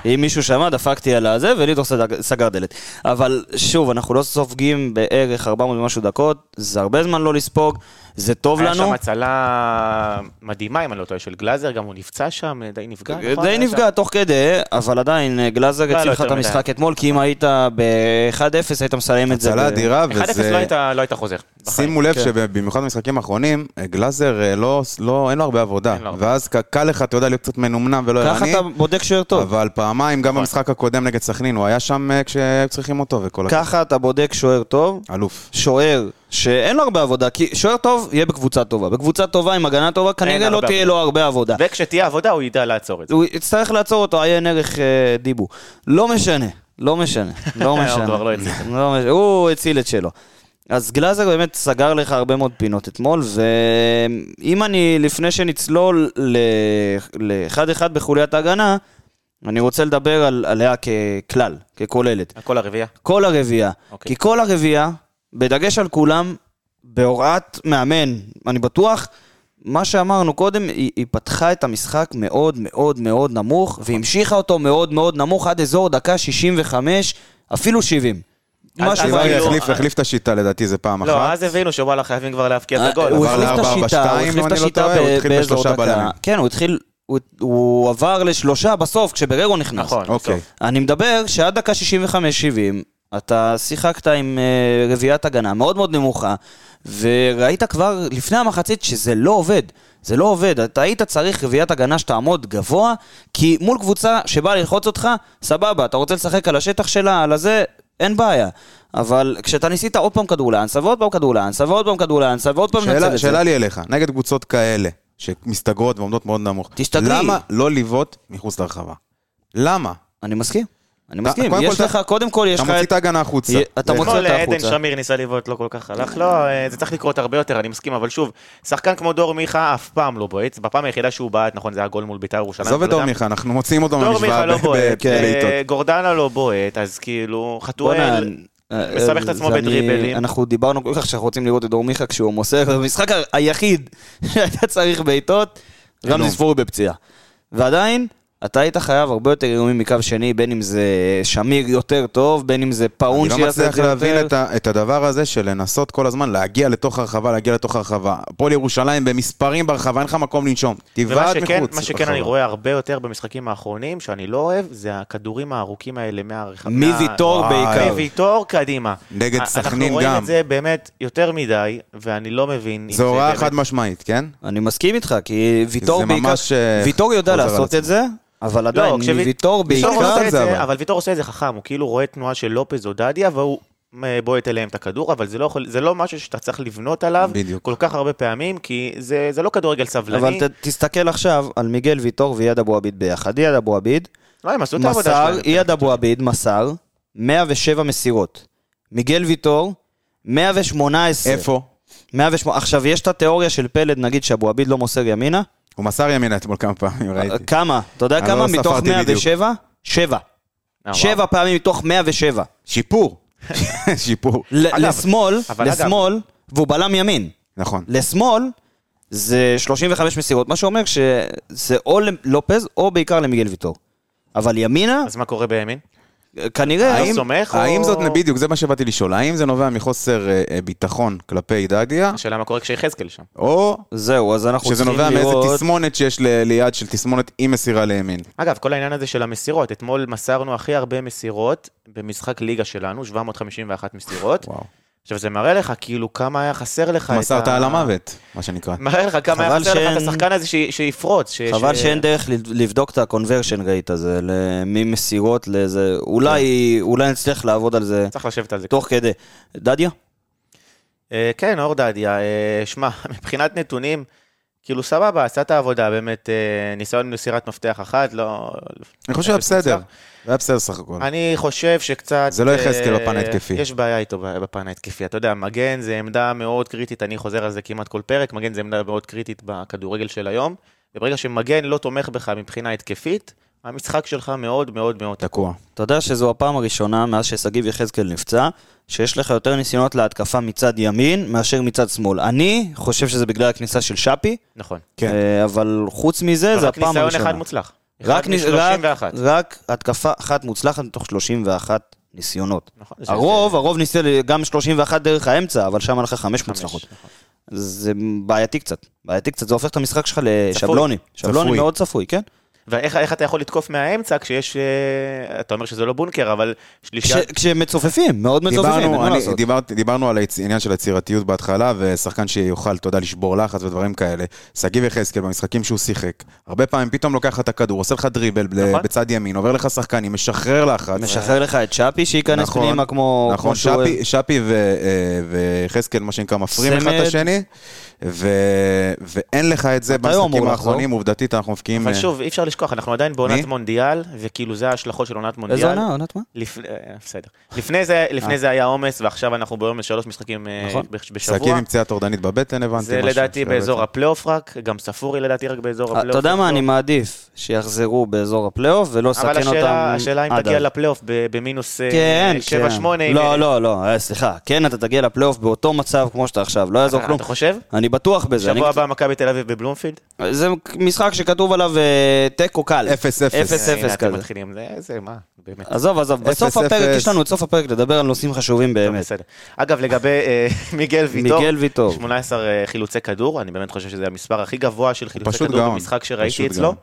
אם מישהו שמע, דפקתי על הזה, וליטור סדג- סגר דלת. אבל שוב, אנחנו לא סופגים בערך 400 ומשהו דקות, זה הרבה זמן לא לספוג, זה טוב
היה שם
לנו.
הצלה מדהימה, אם אני לא טועה, של גלאזר, גם הוא נפצע שם, די נפגע. נכון?
אה, די
היה
נפגע תוך כדי, אבל עדיין אה, גלאזר
לא,
הציל
לא
לך את
יותר מדי.
המשחק אתמול, כי אם היית ב-1-0 היית מסיים את זה.
הצלה
ב-
אדירה,
שם. 1-0 לא
וזה...
היית- לא היית חוזר. בחיים.
שימו לב שבמיוחד במשחקים האחרונים, אה, גלאזר, אה, לא, לא, אין לו הרבה עבודה.
אין לו הרבה.
ואז ק- קל לך, אתה יודע, להיות קצת מנומנם ולא
ככה
ערני,
אתה בודק שוער טוב.
אבל פעמיים, גם במשחק הקודם נגד סכנין, הוא היה שם אה, כשהיו צריכים אותו וכל הכ...
ככה אתה בודק שוער טוב,
אלוף.
שוער שאין לו הרבה עבודה, כי שוער טוב יהיה בקבוצה טובה. בקבוצה טובה עם הגנה טובה כנראה לא
הרבה
תהיה לו הרבה עבודה.
וכשתהיה עבודה, הוא ידע לעצור את זה.
הוא יצטרך לעצור אותו, עיין ערך אה, דיבו. לא משנה, לא משנה, לא
הוא
משנה.
כבר לא הציל.
לא משנה, הוא הציל את שלו. אז גלאזר באמת סגר לך הרבה מאוד פינות אתמול, ואם אני, לפני שנצלול ל-1-1 בחוליית ההגנה, אני רוצה לדבר על, עליה ככלל, ככוללת.
הכל הרביעייה.
כל הרביעייה. Okay.
אוקיי.
כי כל הרביעייה, בדגש על כולם, בהוראת מאמן, אני בטוח, מה שאמרנו קודם, היא, היא פתחה את המשחק מאוד מאוד מאוד נמוך,
נכון.
והמשיכה אותו מאוד מאוד נמוך עד אזור דקה 65, אפילו 70.
אז-
משהו
אז
כבר
רגע,
לא,
החליף,
אה,
החליף את השיטה לדעתי, זה פעם אחת.
לא, אז הבינו שוואלה חייבים כבר להבקיע את הגול.
אה, הוא
עבר
החליף את
לארבע, ארבע,
השיטה, הוא
שתיים,
החליף
אם
את
אני לא
השיטה
טועה, הוא
ב-
התחיל
באזור
בשלושה
דקה.
בלמים.
כן, הוא התחיל, הוא- הוא עבר לשלושה בסוף, כשבררו נכנס.
נכון,
אוקיי.
בסוף.
אני מדבר שעד דקה 65-70, אתה שיחקת עם אה, רביעיית הגנה מאוד מאוד נמוכה, וראית כבר לפני המחצית שזה לא עובד. זה לא עובד, אתה היית צריך רביעיית הגנה שתעמוד גבוה, כי מול קבוצה שבאה ללחוץ אותך, סבבה, אתה רוצה לשחק על השטח שלה, על הזה, אין בעיה. אבל כשאתה ניסית עוד פעם כדור לאנסה, ועוד פעם כדור לאנסה, ועוד פעם כדור לאנסה, ועוד פעם
שאלה-
נצל את זה.
שאלה לי אליך, נגד קבוצות כאלה, שמסתגרות ועומדות מאוד נמוך,
תשתגרי.
למה לא לבעוט מחוץ לרחבה? למה?
אני מסכים, אני
אתה-
מסכים.
אה, קודם
יש
כל
לך,
אתה-
קודם כל יש
אתה
לך
מוציא
את...
את ההגנה החוצה.
יה- אתה
זה-
מוציא-
אתמול
הוצאת
עדן
החוצה.
שמיר ניסה לבעוט, לא כל כך הלך. לא, אה, זה צריך לקרות הרבה יותר, אני מסכים, אבל שוב, שחקן כמו דור מיכה אף פעם לא בועט. בפעם היחידה שהוא בעט, נכון, זה היה גול מול בית"ר ירושלים.
עזוב
אבל
את דור
גם-
מיכה, אנחנו מוציאים אותו
דור מיכה
מהמשוואה
לא
ב-
בועט,
ב- כן, בעיטות.
אה, גורדנה לא בועט, אז כאילו,
בואנה,
חתואל,
אה,
מסבך
אה,
את עצמו
זה אני-
בדריבלים.
אנחנו דיברנו כל כך שאנחנו רוצים לראות את דור מיכה כשהוא מוסר, במשחק ה- היחיד שהיה צריך בעיטות, רמזי ספורי בפציעה. ועדיין, אתה היית חייב הרבה יותר איומים מקו שני, בין אם זה שמיר יותר טוב, בין אם זה פאון
אני לא
שיעשה את זה
מצליח
יותר.
להבין את, ה, את הדבר הזה של לנסות כל הזמן להגיע לתוך הרחבה, להגיע לתוך הרחבה. הפועל ירושלים במספרים ברחבה, אין לך מקום לנשום.
ומה
תבעט
שכן,
מחוץ.
מה שכן
לרחבה.
אני רואה הרבה יותר במשחקים האחרונים, שאני לא אוהב, זה הכדורים הארוכים האלה מהרחבה.
מוויטור בעיקר.
מוויטור קדימה.
נגד
א-
סכנין
אנחנו רואים
גם.
את זה באמת יותר מדי, ואני לא מבין. אם
זו הוראה
באמת-
חד משמעית, כן?
אני מסכים איתך, כי ויטור
זה
בעיקר,
ממש, אה,
ויטור יודע
חוזר על
לעשות
עצמו.
את זה, אבל
לא,
עדיין,
כשוויט-
ויטור
ויטור
בעיקר,
עושה את
זה, אבל.
זה, אבל ויטור עושה את זה חכם, הוא כאילו רואה תנועה של לופז או דדיה, והוא אה, בועט אליהם את הכדור, אבל זה לא, יכול, זה לא משהו שאתה צריך לבנות עליו
בדיוק.
כל כך הרבה פעמים, כי זה, זה לא כדורגל סבלני.
אבל ת- תסתכל עכשיו על מיגל ויטור ויד אבו עביד ביחד. יד אבו עביד,
לא, הם עשו את העבודה
מסר,
שלהם.
אייד אבו עביד מסר 107 מסירות. מיגל ויטור, 118.
איפה?
108. עכשיו, יש את התיאוריה של פלד, נגיד, שאבו עביד לא מוסר ימינה.
הוא מסר ימינה אתמול כמה פעמים,
אה,
ראיתי.
כמה? אתה יודע
אני
כמה?
לא
מתוך
ספרתי
107? 7.
אה, וואו.
7 פעמים מתוך 107.
שיפור. שיפור.
ל-
אגב,
לשמאל,
אבל אגב-
לשמאל, והוא בלם ימין.
נכון.
לשמאל זה 35 מסירות, מה שאומר שזה או ללופז או בעיקר למיגל ויטור. אבל ימינה,
אז מה קורה בימין?
כנראה...
האם- סומך או-
האם זאת, בדיוק, זה מה שבאתי לשאול. האם זה נובע מחוסר אה, אה, ביטחון כלפי דדיה,
השאלה מה קורה כשיחזקאל שם.
או
זהו, אז אנחנו
שזה
צריכים
נובע מאיזה
לראות...
תסמונת שיש ל- ליד של תסמונת עם מסירה לימין?
אגב, כל העניין הזה של המסירות, אתמול מסרנו הכי הרבה מסירות במשחק ליגה שלנו, 751 מסירות.
וואו.
עכשיו, זה מראה לך כאילו כמה היה חסר לך את ה...
מסרת על המוות, מה שנקרא.
מראה לך כמה היה
חבל
חסר לך את
שאין-
השחקן הזה ש- שיפרוץ. ש-
חבל
ש-
שאין דרך לד- לבדוק את ה-conversion rate הזה, ל- ממסירות לאיזה... אולי אולי נצליח לעבוד על זה
צריך לשבת על זה.
תוך כדי. דדיה?
אה, כן, אור דדיה, אה, שמע, מבחינת נתונים, כאילו סבבה, עשה את העבודה, באמת, אה, ניסיון מסירת מפתח אחת, לא...
אני חושב שהיה
אפס מוצלח.
בסדר. זה היה בסדר סך הכל.
אני חושב שקצת...
נכון. זה לא יחזקאל
אה,
בפן ההתקפי.
יש בעיה איתו ב- בפן ההתקפי. אתה יודע, מגן זה עמדה מאוד קריטית, אני חוזר על זה כמעט כל פרק, מגן זה עמדה מאוד קריטית בכדורגל של היום, וברגע שמגן לא תומך בך מבחינה התקפית, המשחק שלך מאוד מאוד מאוד...
תקוע.
אתה יודע שזו הפעם הראשונה מאז ששגיב יחזקאל נפצע, שיש לך יותר ניסיונות להתקפה מצד ימין מאשר מצד שמאל. אני חושב שזה בגלל הכניסה של שפי,
נכון.
כן.
אה, אבל חוץ מזה, זה
רק
הפעם
ניסיון
הראשונה.
אחד מוצלח.
רק, ניס- רק,
31.
רק התקפה אחת מוצלחת מתוך 31 ניסיונות.
נכון, זה-
הרוב, הרוב ניסה גם 31 דרך האמצע, אבל שם היה לך חמש
חמש,
מוצלחות.
נכון.
זה בעייתי קצת. בעייתי קצת, זה הופך את המשחק שלך לשבלוני. שבלוני
צפוי.
מאוד צפוי, כן?
ואיך איך אתה יכול לתקוף מהאמצע כשיש... אה, אתה אומר שזה לא בונקר, אבל
כש-
שלישה...
כשמצופפים, מאוד מצופפים, אין
דיברנו,
מה
אני,
לעשות.
דיבר, דיברנו על העניין של היצירתיות בהתחלה, ושחקן שיוכל, אתה יודע, לשבור לחץ ודברים כאלה. שגיב יחזקאל, במשחקים שהוא שיחק, הרבה פעמים פתאום לוקח לך את הכדור, עושה לך דריבל ל-
נכון.
בצד ימין, עובר לך שחקנים, משחרר לחץ.
משחרר לך את שפי שייכנס
נכון,
פנימה כמו...
נכון,
כמו שהוא אוהב.
שפי, שפי ו- אה, ויחזקאל, מה שנקרא, מפרים אחד את
צמד.
השני, ו, ואין לך את זה
מתי הוא לא אמור
במשחקים
לחזור?
האחרונים, עובדתית אנחנו מפקיעים...
אבל
אה,
שוב, אי אפשר לשכוח, אנחנו עדיין
מי?
בעונת מונדיאל, וכאילו זה ההשלכות של עונת מונדיאל.
איזה עונה? עונת מה?
לפני, אה, בסדר. לפני זה, לפני זה היה עומס, ועכשיו אנחנו ביום שלוש משחקים אה,
נכון.
בש-
שגיב
בשבוע.
עם פציעה טורדנית בבטן, הבנתי.
זה
משהו
לדעתי
שהבטן.
באזור הפלייאוף רק, גם ספורי לדעתי רק באזור הפלייאוף.
אה, אתה יודע מה, אני
לא.
מעדיף שיחזרו באזור הפלייאוף ולא סכן
אבל
אותם
השאלה, השאלה אם
עד
תגיע
אז.
לפלייאוף ב- במינוס אה,
כן,
שבע,
כן.
שמונה. אם-
לא, לא, לא, אה, סליחה. כן, אתה תגיע לפלייאוף באותו מצב כמו שאתה עכשיו, לא יעזור
אתה-
כלום.
אתה חושב?
אני בטוח בזה. אני
אה, נכון. שבוע הבא מכבי תל אביב בבלומפילד?
זה משחק שכתוב עליו אה, תיקו קל.
אפס, אפס.
אפס
אה, הנה,
אפס
אתם
כזה.
מתחילים, זה- זה מה, באמת.
עזוב, עזוב, בסוף
אפס,
הפרק,
אפס.
יש לנו את סוף הפרק לדבר על נושאים חשובים
טוב,
באמת.
אוקיי, בסדר. אגב, לגבי אה, מיגל ויטור,
מיגל ויטור.
18 אה, חילוצי כדור, אני באמת חושב שזה המספר הכי גבוה של חילוצי
פשוט
כדור
גאון.
במשחק
פשוט
שראיתי אצלו.
גאון.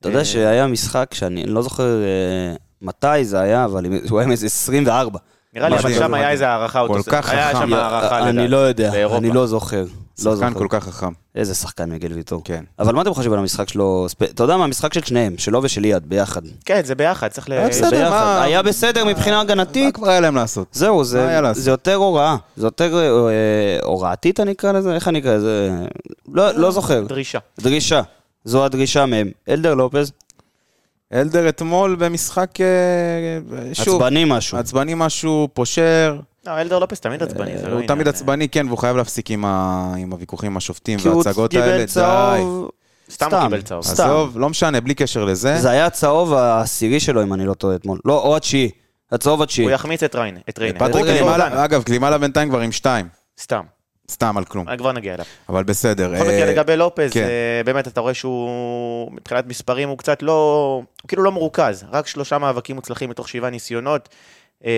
אתה יודע שהיה משחק שאני לא זוכר אה, מתי זה היה, אבל אם- הוא היה עם איזה 24.
נראה לי, אבל
מדהים.
שם היה איזה הערכה,
כל
הוא
כך
היה
חכם.
שם הערכה
אני
לדעתי,
לא יודע,
באירופה.
אני לא זוכר. לא
שחקן
זוכר.
כל כך חכם.
איזה שחקן מיגל ויטור.
כן.
אבל מה אתם חושבים על המשחק שלו? ספ- אתה יודע מה, המשחק של שניהם, שלו ושל יד, ביחד.
כן, זה ביחד, צריך ל...
אה, בסדר,
אה, ביחד.
מה-
היה בסדר מבחינה
מה
הגנתית.
כבר היה להם לעשות?
זהו,
מה היה
זה,
לעשות?
זה יותר הוראה. זה יותר אה, הוראתית, אני אקרא לזה? איך אני אקרא לזה? לא, לא זוכר.
דרישה.
דרישה. זו הדרישה מהם. אלדר לופז,
אלדר אתמול במשחק, אה, שוב,
עצבני משהו.
עצבני משהו, פושר. אה,
לא, אלדר לופס תמיד עצבני, זה לא
הוא
עניין.
תמיד עצבני, כן, והוא חייב להפסיק עם ה- עם הוויכוחים עם השופטים
אה. כי הוא
וההצגות האלה.
קיבל
די.
צהוב...
סתם הוא קיבל צהוב.
סתם.
עזוב, אה. לא משנה, בלי קשר לזה.
זה היה הצהוב העשירי שלו, אם אני לא טועה אתמול. לא, או התשיעי. הצהוב
הוא
התשיעי.
יחמיץ את ריינה, את ריינה.
פטריק
רגע,
קלימאלה, אגב, קלימאלה בינתיים כבר עם שתיים.
סתם,
סתם על כלום,
אה, כבר נגיע אליו.
אבל בסדר.
בכל
אה,
מקרה, לגבי לופז,
כן.
אה, באמת, אתה רואה שהוא, מבחינת מספרים, הוא קצת לא, הוא כאילו לא מרוכז. רק שלושה מאבקים מוצלחים מתוך שבעה ניסיונות. אה,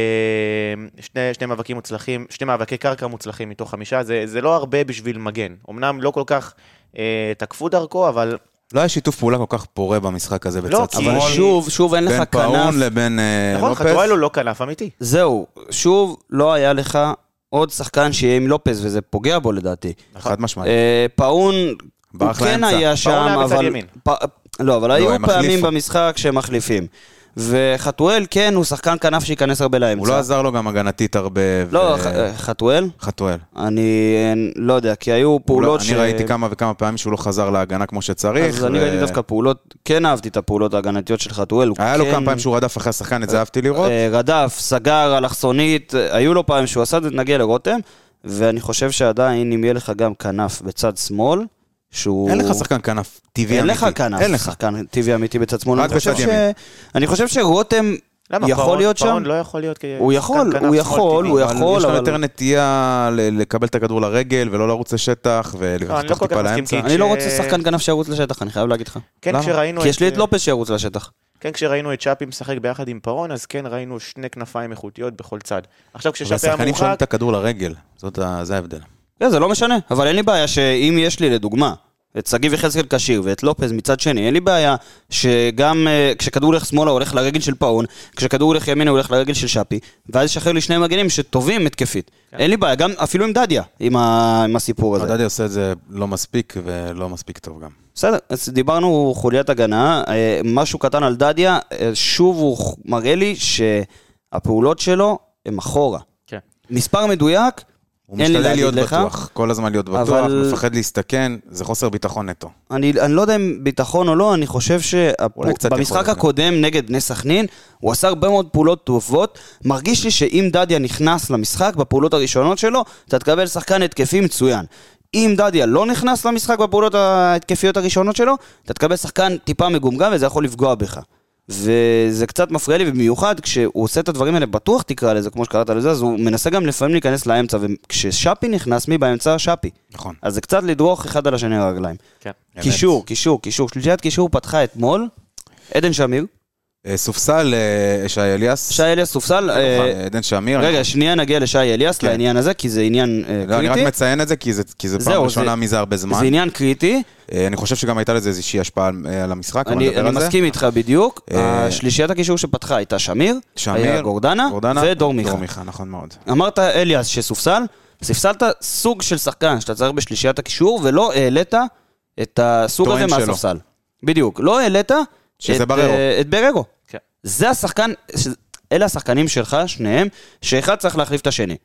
שני, שני מאבקים מוצלחים, שני מאבקי קרקע מוצלחים מתוך חמישה, זה, זה לא הרבה בשביל מגן. אמנם לא כל כך אה, תקפו דרכו, אבל
לא היה שיתוף פעולה כל כך פורה במשחק הזה
לא,
בצד
כי-
שמאל.
אבל שוב, שוב, אין
בין
לך
פאון
כנף.
לבין אה,
נכון,
לופס.
חתואל הוא לא כנף אמיתי.
זהו, שוב, לא היה לך עוד שחקן שיהיה עם לופז, וזה פוגע בו לדעתי.
חד משמעית.
אה, פאון, הוא
ברח
כן
לאמצע.
היה שם,
היה בצד
אבל...
ימין.
פ- לא, אבל היו
הם
פעמים
החליפו.
במשחק שהם מחליפים. וחתואל, כן, הוא שחקן כנף שייכנס הרבה
הוא לא
לאמצע.
עזר לו גם הגנתית הרבה.
לא,
ו-
ח- אה, חתואל?
חתואל.
אני אה, לא יודע, כי היו
פעולות
פעולות
ש... אני ראיתי כמה וכמה פעמים שהוא לא חזר להגנה כמו שצריך.
אז אני
ו-
ראיתי דווקא פעולות, כן אהבתי את הפעולות ההגנתיות של חתואל. הוא
היה לו
כן,
כמה פעמים שהוא רדף אחרי השחקן, את זה אהבתי לראות.
אה, רדף, סגר, אלכסונית, אה, היו לו פעמים שהוא עשה את זה, נגיע לרותם, ואני חושב שעדיין אם יהיה לך גם כנף בצד שמאל, שהוא...
אין לך שחקן כנף טבעי
אין
אמיתי.
לך כנף,
אין לך.
שחקן טבעי אמיתי בצד שמאל.
רק
אני חושב
בצד
ש-
ימין.
אני חושב שרותם
למה?
יכול
פאון-
להיות שם.
פאון לא יכול להיות כ-
הוא יכול,
שחקן כנף
הוא
שמאל
יכול,
טבעי.
הוא
אבל
יכול,
יש לו
אבל-
יותר נטייה ל- לקבל את הכדור לרגל ולא לרוץ לשטח
לא, אני לא
ולקחת
כל כך
טיפה
מסכים,
לאמצע.
כי-
אני לא
ש-
רוצה שחקן כנף שירוץ לשטח, אני חייב להגיד לך.
כן,
למה?
כשראינו
כי
את-
יש לי את לופס שירוץ לשטח.
כן, כשראינו את שפי משחק ביחד עם פאון, אז כן ראינו שני כנפיים איכותיות בכל צד. עכשיו
אבל
כששפי היה
השחקנים שואלים
מורחק,
את הכדור לרגל, זאת ה- זה ההבדל.
כן, זה לא משנה, אבל אין לי בעיה שאם יש לי, לדוגמה, את שגיב יחזקאל כשיר ואת לופז מצד שני, אין לי בעיה שגם אה, כשכדור הולך שמאלה הוא הולך לרגל של פאון, כשכדור הולך ימינה הוא הולך לרגל של שפי, ואז ישחרר לי שני מגנים שטובים התקפית.
כן.
אין לי בעיה, גם אפילו עם דדיה, עם ה- עם הסיפור הזה.
דדי עושה את זה לא מספיק ולא מספיק טוב גם.
בסדר, אז דיברנו חוליית הגנה, אה, משהו קטן על דדיה, אה, שוב הוא ח- מראה לי שהפעולות שלו הן אחורה.
כן.
מספר מדויק,
הוא
אין לי
משתדל
להגיד
להיות
לך.
בטוח, כל הזמן להיות בטוח,
אבל-
מפחד להסתכן, זה חוסר ביטחון נטו.
אני, אני לא יודע אם ביטחון או לא, אני חושב
אולי קצת
שבמשחק
יכולת, כן.
הקודם נגד בני סכנין, הוא עשה הרבה מאוד פעולות טובות. מרגיש לי שאם דדיה נכנס למשחק בפעולות הראשונות שלו, אתה תקבל שחקן התקפי מצוין. אם דדיה לא נכנס למשחק בפעולות ההתקפיות הראשונות שלו, אתה תקבל שחקן טיפה מגומגם וזה יכול לפגוע בך. וזה קצת מפריע לי, במיוחד כשהוא עושה את הדברים האלה, בטוח תקרא לזה, כמו שקראת לזה, אז הוא מנסה גם לפעמים להיכנס לאמצע, וכששאפי נכנס, מי באמצע? שפי.
נכון.
אז זה קצת לדרוך אחד על השני הרגליים.
כן.
קישור, קישור, קישור. שלישיית קישור פתחה אתמול, עדן שמיר,
אה, סופסל, אה, שי אליאס.
שי אליאס סופסל. אה,
אה, עדן שמיר. אני-
רגע, שנייה נגיע לשי אליאס,
כן.
לעניין הזה, כי זה עניין אה,
לא, אני רק
קריטי.
מציין את זה, כי זה, כי זה פעם
זהו,
ראשונה
זה-
מזה הרבה זמן.
זה עניין קריטי,
אה, אני חושב שגם הייתה לזה איזושהי השפעה על- אה, על המשחק, אבל
אני
נדבר
אני
על זה.
מסכים איתך בדיוק.
אה,
שלישיית הקישור שפתחה הייתה שמיר,
שמיר,
היה גורדנה,
גורדנה
ודור מיכה.
נכון מאוד.
אמרת אליאס שסופסל, ספסלת סוג של שחקן שאתה צריך בשלישיית הקישור, ולא העלית את הסוג הזה
טוען שלו.
מהספסל. בדיוק, לא העלית
שזה
את,
בררו.
אה, את בררו.
כן.
זה השחקן, ש- אלה השחקנים שלך, שניהם, שאחד צריך להחליף את השני.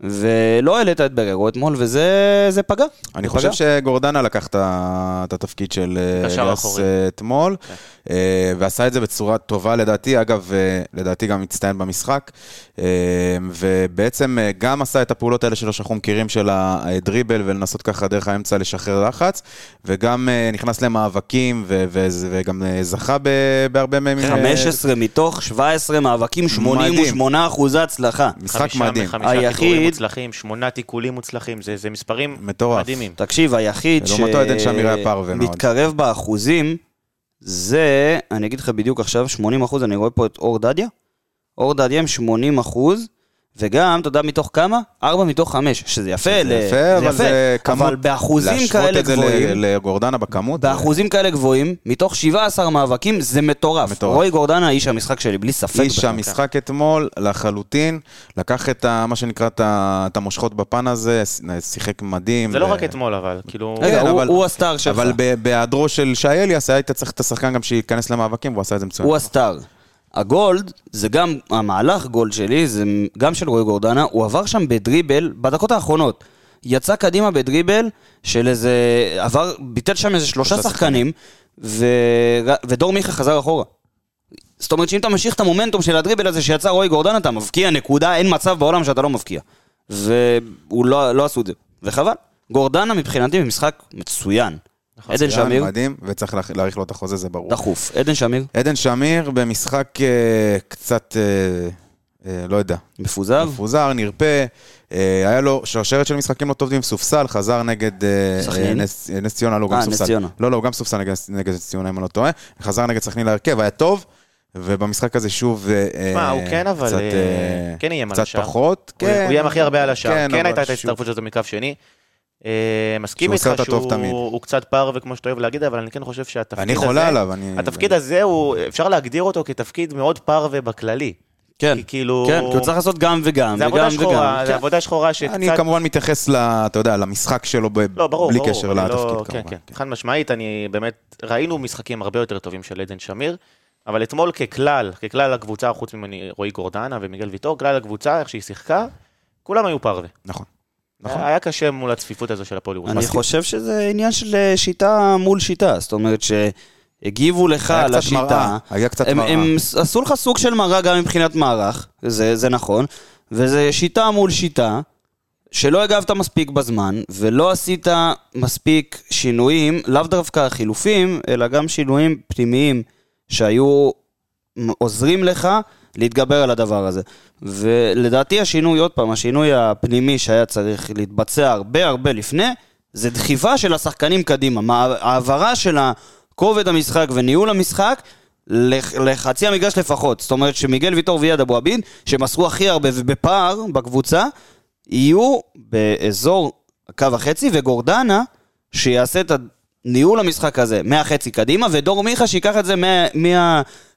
ולא העלית את בררו אתמול, וזה זה פגע.
אני
זה פגע.
חושב שגורדנה לקח את ה- את התפקיד של אה,
קשר
אליאס
אחורי.
אה, אתמול, אה, ועשה את זה בצורה טובה לדעתי, אגב, אה, לדעתי גם הצטיין במשחק, אה, ובעצם אה, גם עשה את הפעולות האלה שלו שאנחנו מכירים, של הדריבל ולנסות ככה דרך האמצע לשחרר לחץ, וגם אה, נכנס למאבקים ו- ו- וגם אה, זכה ב- בהרבה מהם. אה,
15 מתוך 17 מאבקים, 88 אחוזי הצלחה.
משחק מדהים.
חמישה
היחיד-
תיקולים מוצלחים, שמונה תיקולים מוצלחים, זה, זה מספרים
מטורף.
מדהימים.
תקשיב, היחיד
ולעומתו עדן שמיר היה פרווה מאוד.
מתקרב באחוזים, זה, אני אגיד לך בדיוק עכשיו, 80 אחוז, אני רואה פה את אור דדיה. אור דדיה עם 80 אחוז, וגם, אתה יודע מתוך כמה? 4 מתוך 5, שזה יפה.
אה, זה
ל-
יפה, אבל זה כמות-
אבל באחוזים כאלה
להשוות את זה
גבוהים,
ל- לגורדנה בכמות.
באחוזים כאלה גבוהים, מתוך 17 מאבקים, זה מטורף.
מטורף.
רועי גורדנה, איש המשחק שלי, בלי ספק.
איש
בכלל.
המשחק אתמול לחלוטין, לקח את ה, מה שנקרא את ה- את המושכות בפן הזה, ש- שיחק מדהים.
זה לא
ו-
רק אתמול, אבל, כאילו...
רגע,
כן,
הוא-
אבל-
הוא הסטאר שלך.
אבל ב- בהיעדרו של שי אליאס, היית צריך את השחקן גם שייכנס למאבקים, והוא עשה את זה מצוין.
הוא הסטאר. הגולד, זה גם, המהלך גולד שלי, זה גם של רועי גורדנה, הוא עבר שם בדריבל, בדקות האחרונות. יצא קדימה בדריבל של איזה, עבר, ביטל שם איזה שלושה
שלושה
שחקנים, ו... ודור מיכה חזר אחורה. זאת אומרת שאם אתה ממשיך את המומנטום של הדריבל הזה שיצא רועי גורדנה, אתה מבקיע נקודה, אין מצב בעולם שאתה לא מבקיע. והוא לא, לא עשו את זה, וחבל. גורדנה מבחינתי במשחק מצוין. עדן
נכון, מצוין,
שמיר, נכון.
מדהים, וצריך לה- להאריך לו את החוזה, זה ברור.
דחוף. עדן שמיר,
עדן שמיר במשחק אה, קצת, אה, אה, לא יודע,
מפוזר.
מפוזר, נרפה. אה, היה לו שרשרת של משחקים לא טובים, סופסל, חזר נגד אה,
סכנין?
אה, נס- אה, נס ציונה, לא, הוא גם
אה, נס
סופסל.
ציונה.
לא, לא, הוא גם סופסל נגד נגד נס ציונה, אם אני לא טועה. חזר נגד סכנין להרכב, היה טוב, ובמשחק הזה שוב... אה,
שמע,
אה,
הוא כן, אבל,
קצת,
אה,
אה,
כן איים על השער.
קצת פחות,
הוא-
כן.
הוא איים הכי הרבה על השער. כן,
אבל
הייתה את
שוב-
ההצטרפות שלו מקו שני. אה, מסכים
שהוא
איתך
עושה אותה טוב
שהוא
תמיד.
הוא קצת פרווה, כמו שאתה אוהב להגיד, אבל אני כן חושב שהתפקיד הזה...
אני חולה עליו, אני...
התפקיד הזה, הוא- אפשר להגדיר אותו כתפקיד מאוד פרווה בכללי.
כן.
כי כאילו...
כן, כי הוא צריך לעשות גם וגם,
זה
וגם
עבודה
וגם.
שחורה, זה
כן.
עבודה שחורה שקצת...
אני כמובן מתייחס, ל- אתה יודע, למשחק שלו, ב-
לא, ברור,
בלי
ברור,
קשר
אני
לתפקיד,
לא-
כמובן.
כן, כן, חד משמעית, אני באמת, ראינו משחקים הרבה יותר טובים של עדן שמיר, אבל אתמול ככלל, ככלל הקבוצה, חוץ ממני רועי גורדנה ומיגל ויטור, כלל הקבוצה, איך שהיא שיחקה, כולם היו פרווה.
נכון. נכון.
היה קשה מול הצפיפות הזו של הפועל
אני
ירושלים.
חושב שזה עניין של אה, שיטה מול שיטה. זאת אומרת שהגיבו לך
היה
על
קצת
השיטה.
מראה, היה קצת
הם-
מראה.
הם ס- עשו לך סוג של מראה גם מבחינת מערך, זה זה נכון. וזה שיטה מול שיטה, שלא הגבת מספיק בזמן, ולא עשית מספיק שינויים, לאו דווקא חילופים, אלא גם שינויים פנימיים שהיו עוזרים לך להתגבר על הדבר הזה. ולדעתי השינוי, עוד פעם, השינוי הפנימי שהיה צריך להתבצע הרבה הרבה לפני, זה דחיפה של השחקנים קדימה. מה- העברה של כובד המשחק וניהול המשחק לח- לחצי המגרש לפחות. זאת אומרת שמיגל ויטור ויד אבו עביד, שמסרו הכי הרבה ובפער בקבוצה, יהיו באזור קו החצי, וגורדנה, שיעשה את ניהול המשחק הזה מהחצי קדימה, ודור מיכה שייקח את זה מה-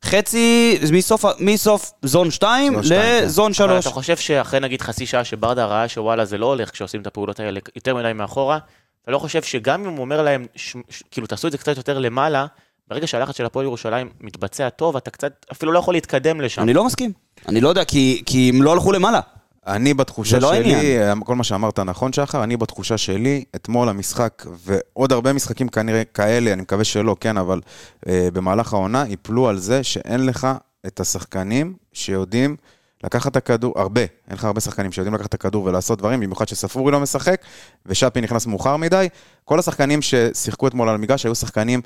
מהחצי, מסוף, ה- מסוף זון 2
זון שתיים, כן.
לזון
אבל
3.
אה, אתה חושב שאחרי נגיד חצי שעה שברדה ראה שוואלה זה לא הולך כשעושים את הפעולות האלה יותר מדי מאחורה, אתה לא חושב שגם אם הוא אומר להם, ש... ש... כאילו תעשו את זה קצת יותר למעלה, ברגע שהלחץ של הפועל ירושלים מתבצע טוב, אתה קצת אפילו לא יכול להתקדם לשם.
אני לא מסכים. אני לא יודע, כי, כי הם לא הלכו למעלה.
אני בתחושה
זה לא
שלי,
העניין.
כל מה שאמרת נכון שחר, אני בתחושה שלי, אתמול המשחק ועוד הרבה משחקים כנראה כאלה, אני מקווה שלא, כן, אבל אה, במהלך העונה ייפלו על זה שאין לך את השחקנים שיודעים לקחת את הכדור, הרבה, אין לך הרבה שחקנים שיודעים לקחת את הכדור ולעשות דברים, במיוחד שספורי לא משחק, ושאפי נכנס מאוחר מדי, כל השחקנים ששיחקו אתמול על המגרש היו שחקנים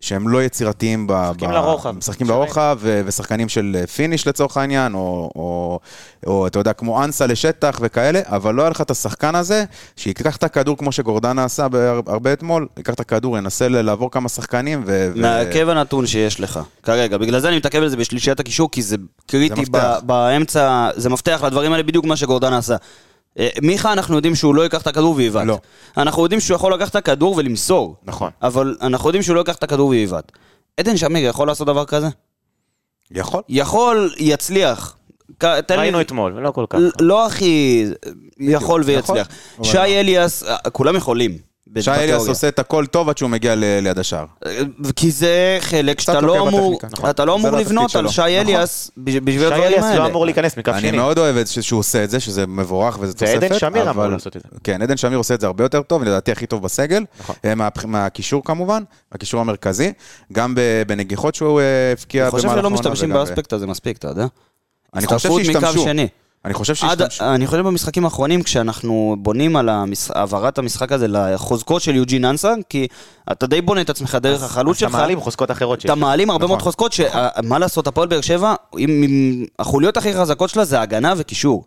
שהם לא יצירתיים ב...
משחקים
ב-
לרוחב.
משחקים
משנה.
לרוחב, ו- ושחקנים של אה, פיניש לצורך העניין, או, או, או אתה יודע, כמו אנסה לשטח וכאלה, אבל לא היה לך את השחקן הזה, שיקח את הכדור כמו שגורדנה עשה בהר- הרבה אתמול, ייקח את הכדור, ינסה ל- לעבור כמה שחקנים, ו... ו-
מההרכב הנתון שיש לך, כרגע. בגלל זה אני מתעכב על זה בשלישיית הקישור, כי זה קריטי
זה
ב-
מפתח.
באמצע, זה מפתח לדברים האלה, בדיוק מה שגורדן עשה. אה, מיכה, אנחנו יודעים שהוא לא ייקח את הכדור ויבעט.
לא.
אנחנו יודעים שהוא יכול לקחת את הכדור ולמסור,
נכון.
אבל אנחנו יודעים שהוא לא ייקח את הכדור ויבעט. עדן שמיר יכול לעשות דבר כזה?
יכול.
יכול, יצליח. כ- תן לי-
ראינו אתמול, לא כל כך.
ל- לא הכי יכול ויצליח.
אבל
שי
לא.
אליאס, אה, כולם יכולים.
שי אליאס עושה את הכל טוב עד שהוא מגיע ל- ליד השער.
אה, כי זה חלק שאתה
קצת
לא
לוקה
אמור,
בטכניקה, נכון.
אתה לא
זה
אמור
לא התפקיד
לבנות על
שלו.
שי אליאס בש- בשביל
שי
הדברים
אליאס לא
האלה.
אמור להיכנס מכף
אני
שני.
מאוד אוהב את ש- שהוא עושה את זה, שזה מבורך וזה תוספת.
ועדן שמיר אמור
אבל-
לעשות את זה.
כן, עדן שמיר עושה את זה הרבה יותר טוב, לדעתי הכי טוב בסגל.
נכון.
אה, מה- מהקישור כמובן, הקישור המרכזי. גם ב- בנגיחות שהוא אה, הפקיע
אני
במהלך
חושב שלא
העונה
משתמשים
וגם ב-
באספקט הזה מספיק, אתה יודע?
אני חושב
הצטרפות מקו
שהשתמשו.
שני.
אני חושב
עד-
שהשתמשו.
אני חושב במשחקים האחרונים, כשאנחנו בונים על המש- העברת המשחק הזה לחוזקות של יוג'ין אנסה, כי אתה די בונה את עצמך דרך החלוץ
אתה
שלך.
מעלים חוזקות נכון. אחרות
אתה
שלך.
מעלים הרבה מאוד חוזקות, שמה לעשות, הפועל באר שבע, עם- עם- החוליות הכי חזקות שלה זה הגנה וקישור.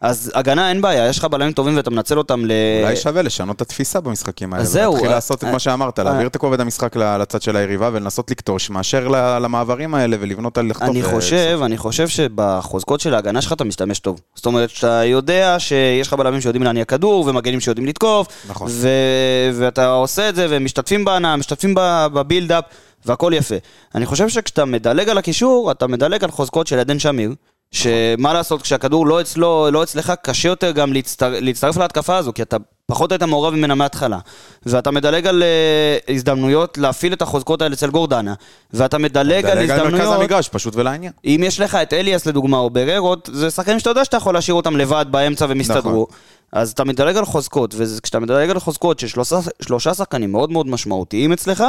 אז הגנה אין בעיה, יש לך בלמים טובים ואתה מנצל אותם ל...
אולי שווה לשנות את התפיסה במשחקים האלה.
אה, אז זהו,
להתחיל
אה,
לעשות את
אה,
מה שאמרת, להעביר את כובד המשחק ל- לצד של היריבה ולנסות לקטוש, מאשר ל- למעברים האלה ולבנות על לחטוף.
אני
אה,
חושב, אני חושב שבחוזקות של ההגנה שלך אתה משתמש טוב. זאת אומרת, שאתה יודע שיש לך בלמים שיודעים להניע כדור, ומגנים שיודעים לתקוף,
נכון.
ו- ואתה עושה את זה, והם משתתפים בהנאה, משתתפים ב- בבילדאפ, והכל יפה. אני חושב שכשאתה מדלג על הקישור, אתה מדלג על חוזקות של עדן שמיר, שמה לעשות, כשהכדור לא אצלו, לא אצלך, קשה יותר גם להצטר- להצטרף להתקפה הזו, כי אתה פחות היית מעורב ממנה מההתחלה. ואתה מדלג על אה, הזדמנויות להפעיל את החוזקות האלה אצל גורדנה, ואתה מדלג על
דלג על מרכז
הזדמנויות...
המגרש, פשוט ולעניין.
אם יש לך את אליאס לדוגמה, או בררות, זה שחקנים שאתה יודע שאתה יכול להשאיר אותם לבד באמצע והם יסתדרו. אז אתה מדלג על חוזקות, וכשאתה מדלג על חוזקות של שלושה, שלושה שחקנים מאוד מאוד משמעותיים אצלך,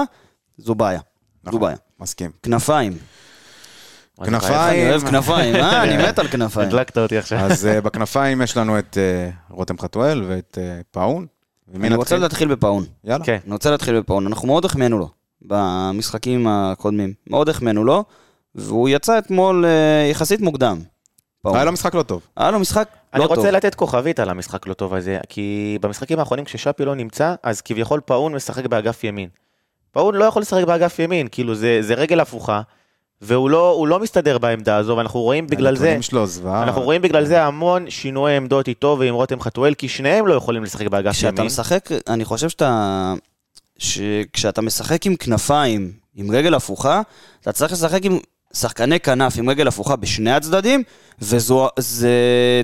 זו בעיה. זו
נכון,
בעיה.
מסכים.
כנפיים.
וואי,
כנפיים.
אני אוהב כנפיים, אה? אני מת על כנפיים.
הדלקת אותי עכשיו.
אז אה, בכנפיים יש לנו את אה, רותם חתואל ואת אה, פאון. ומי
אני רוצה
נתחיל?
להתחיל בפאון.
יאללה.
כן.
אני רוצה להתחיל בפאון. אנחנו מאוד החמאנו לו במשחקים הקודמים. מאוד החמאנו לו, והוא יצא אתמול אה, יחסית מוקדם. פאון.
היה לו משחק לא טוב.
היה לו משחק
אני
לא טוב.
רוצה לתת כוכבית על המשחק לא טוב הזה, כי במשחקים האחרונים כששאפי לא נמצא, אז כביכול פאון משחק באגף ימין. פאון לא יכול לשחק באגף ימין, כאילו זה, זה רגל הפוכה, והוא לא, הוא לא מסתדר בעמדה הזו, ואנחנו רואים בגלל זה,
הנתונים שלו אה, זוועה.
אנחנו רואים בגלל זה המון שינוי עמדות איתו ועם רותם חתואל, כי שניהם לא יכולים לשחק באגף
כשאתה
ימין.
משחק, אני חושב שאתה... שכשאתה משחק עם כנפיים, עם רגל הפוכה, אתה צריך לשחק עם שחקני כנף עם רגל הפוכה בשני הצדדים, וזה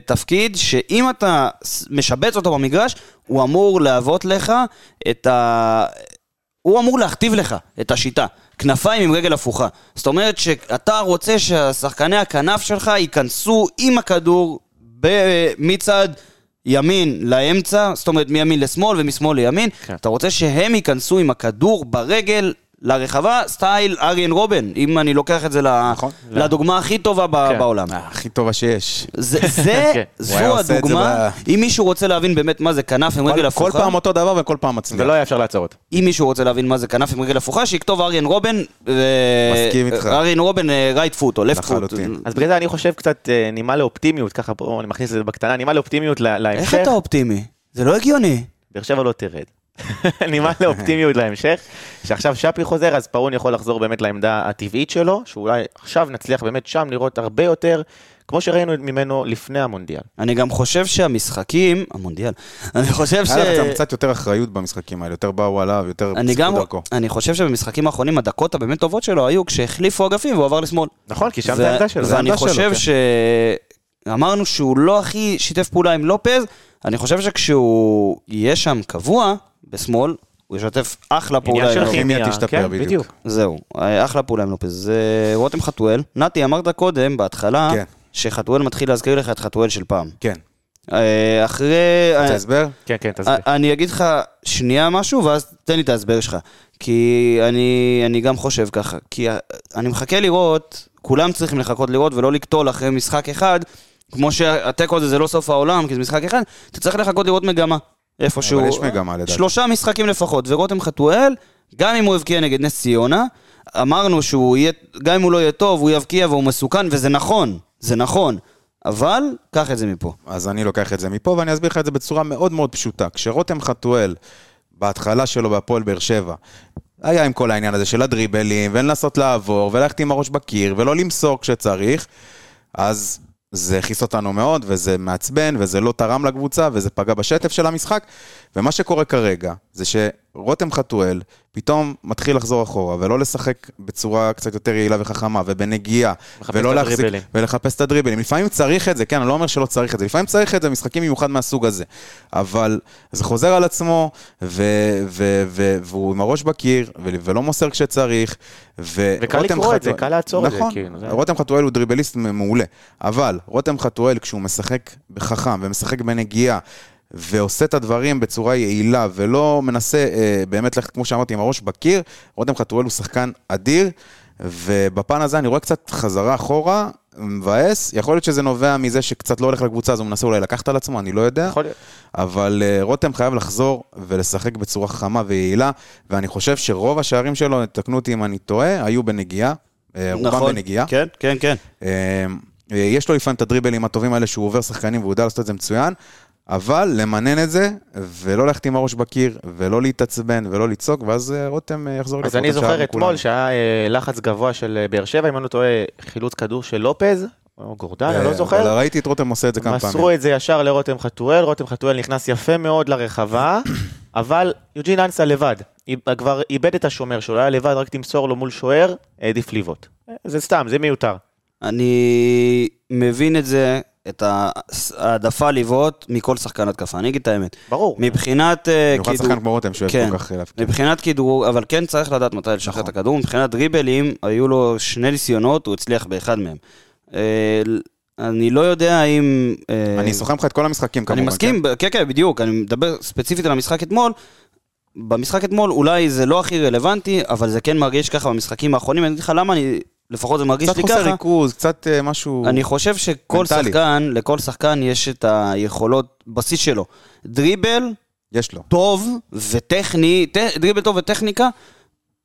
תפקיד שאם אתה ס- משבץ אותו במגרש, הוא אמור להוות לך את ה... הוא אמור להכתיב לך את השיטה. כנפיים עם רגל הפוכה. זאת אומרת שאתה רוצה שהשחקני הכנף שלך ייכנסו עם הכדור ב- מצד ימין לאמצע, זאת אומרת מימין לשמאל ומשמאל לימין.
כן.
כן. אתה רוצה שהם ייכנסו עם הכדור ברגל לרחבה, סטייל אריאן רובן, אם אני לוקח את זה ל-
נכון.
לדוגמה הכי טובה ב-
כן.
בעולם.
הכי טובה שיש.
זה, זה,
כן.
הוא
זו
היה עושה את זה
הדוגמה,
ב-
אם מישהו רוצה להבין באמת מה זה כנף עם רגל
כל- כל
הפוכה,
פעם אותו דבר וכל פעם מצליח.
ולא היה אפשר לעצור אותו.
אם מישהו רוצה להבין מה זה כנף עם רגל הפוכה, שיכתוב אריאן רובן, אה,
מסכים איתך.
אריאן רובן רייט פוט או לפט פוט.
לחלוטין.
אז בגלל זה אני חושב קצת אה, נימה לאופטימיות, ככה פה אני מכניס את זה בקטנה, נימה לאופטימיות לה-
איך
להמשך.
אתה אופטימי? זה לא הגיוני.
באר שבע לא תרד. נימה לאופטימיות להמשך, שעכשיו שפי חוזר, אז פאון יכול לחזור באמת לעמדה הטבעית שלו, שאולי עכשיו נצליח באמת שם לראות הרבה יותר, כמו שראינו ממנו לפני המונדיאל.
אני גם חושב שהמשחקים, המונדיאל, אני חושב ש...
היה לך גם קצת יותר אחריות במשחקים האלה, יותר באו עליו, יותר
אני גם,
פסקו דרכו.
אני חושב שבמשחקים האחרונים הדקות הבאמת טובות שלו היו כשהחליפו אגפים והוא עבר לשמאל.
נכון, כי שם זה העמדה שלו. זה
ואני
העמדה שלו,
חושב
כן.
ש... אמרנו שהוא לא הכי שיתף פעולה עם לופז, אני חושב שכשהוא יהיה שם קבוע, בשמאל, הוא ישתף אחלה פעולה
עניין
עם
של
לופז.
כימיה,
הכימיה תשתפר
כן,
בדיוק.
זהו, אה, אחלה פעולה עם לופז. זה רותם חתואל. נתי, אמרת קודם, בהתחלה,
כן.
שחתואל מתחיל להזכיר לך את חתואל של פעם.
כן.
אה, אחרי...
רוצה הסבר?
כן, כן, תסביר.
אה, אני אגיד לך שנייה משהו, ואז תן לי את ההסבר שלך. כי אני, אני גם חושב ככה. כי אה, אני מחכה לראות, כולם צריכים לחכות לראות ולא לקטול אחרי משחק אחד, כמו שהתיקו הזה זה לא סוף העולם, כי זה משחק אחד, אתה צריך לחכות לראות מגמה. איפה שהוא...
אבל יש מגמה לדעתי.
שלושה משחקים לפחות, ורותם חתואל, גם אם הוא הבקיע נגד נס ציונה, אמרנו שהוא יהיה, גם אם הוא לא יהיה טוב, הוא יבקיע והוא מסוכן, וזה נכון, זה נכון, אבל קח את זה מפה.
אז אני לוקח את זה מפה, ואני אסביר לך את זה בצורה מאוד מאוד פשוטה. כשרותם חתואל, בהתחלה שלו בהפועל באר שבע, היה עם כל העניין הזה של הדריבלים, ולנסות לעבור, וללכת עם הראש בקיר, ולא למסור כשצריך, אז זה הכעיס אותנו מאוד, וזה מעצבן, וזה לא תרם לקבוצה, וזה פגע בשטף של המשחק. ומה שקורה כרגע, זה שרותם חתואל פתאום מתחיל לחזור אחורה, ולא לשחק בצורה קצת יותר יעילה וחכמה, ובנגיעה,
לחפש את
ולא להחזיק...
הדריבלים.
ולחפש את הדריבלים. לפעמים צריך את זה, כן, אני לא אומר שלא צריך את זה. לפעמים צריך את זה, משחקים במיוחד מהסוג הזה. אבל זה חוזר על עצמו, ו... ו... ו... והוא עם הראש בקיר, ו... ולא מוסר כשצריך, ו...
וקל
רותם
לקרוא את זה,
חתואל-
קל לעצור את זה,
נכון,
כאילו, זה-
רותם חתואל הוא דריבליסט מעולה, אבל רותם חתואל, כשהוא משחק בחכם ומשחק בנגיעה, ועושה את הדברים בצורה יעילה, ולא מנסה אה, באמת ללכת, כמו שאמרתי, עם הראש בקיר, רותם חתואל הוא שחקן אדיר, ובפן הזה אני רואה קצת חזרה אחורה, מבאס, יכול להיות שזה נובע מזה שקצת לא הולך לקבוצה, אז הוא מנסה אולי לקחת על עצמו, אני לא יודע.
יכול להיות.
אבל אה, רותם חייב לחזור ולשחק בצורה חכמה ויעילה, ואני חושב שרוב השערים שלו, תקנו אותי אם אני טועה, היו בנגיעה, אה, רובם
נכון,
בנגיעה.
כן, כן, כן.
אה, אה, יש לו לפעמים את הדריבלים הטובים האלה שהוא עובר שחקנים והוא יודע לעשות את זה מצוין, אבל למנן את זה, ולא ללכת עם הראש בקיר, ולא להתעצבן, ולא לצעוק, ואז אה, רותם אה, יחזור
אז
לבעוט
אני
את השער
זוכר
עם כולם.
אתמול שהיה אה, לחץ גבוה של אה, באר שבע, אם אני לא טועה, חילוץ כדור של לופז, או גורדן, אני
אה,
לא זוכר.
אבל ראיתי את רותם עושה את זה כמה פעמים.
מסרו את זה ישר לרותם חתואל, רותם חתואל נכנס יפה מאוד לרחבה, אבל יוג'ין אנסה לבד, איב- כבר איבד את השומר שלו, היה לבד, רק תמסור לו מול שוער, העדיף לבעוט. אה, זה סתם, זה מיותר.
אני מבין את זה, את ההעדפה לבעוט מכל שחקן התקפה, אני אגיד את האמת.
ברור.
מבחינת... אה,
במיוחד
כדור-
שחקן כמו רותם שאוהב
כן.
כל כך להפקיע.
מבחינת כדרור, אבל כן צריך לדעת מתי לשחרר
נכון.
את הכדור. מבחינת דריבלים, היו לו שני ניסיונות, הוא הצליח באחד מהם. אה, אני לא יודע אם... אה,
אני סוכם לך את כל המשחקים כמובן.
אני מסכים, ב- כן, כן, בדיוק. אני מדבר ספציפית על המשחק אתמול. במשחק אתמול אולי זה לא הכי רלוונטי, אבל זה כן מרגיש ככה במשחקים האחרונים. אני אגיד לך למה אני... לפחות זה
כן?
מרגיש
קצת
לי
חוסר
ככה.
ריכוז, קצת אה, משהו...
אני חושב שכל
מנטלי.
שחקן, לכל שחקן יש את היכולות, בסיס שלו. דריבל,
יש לו.
טוב וטכני, ט- דריבל טוב וטכניקה,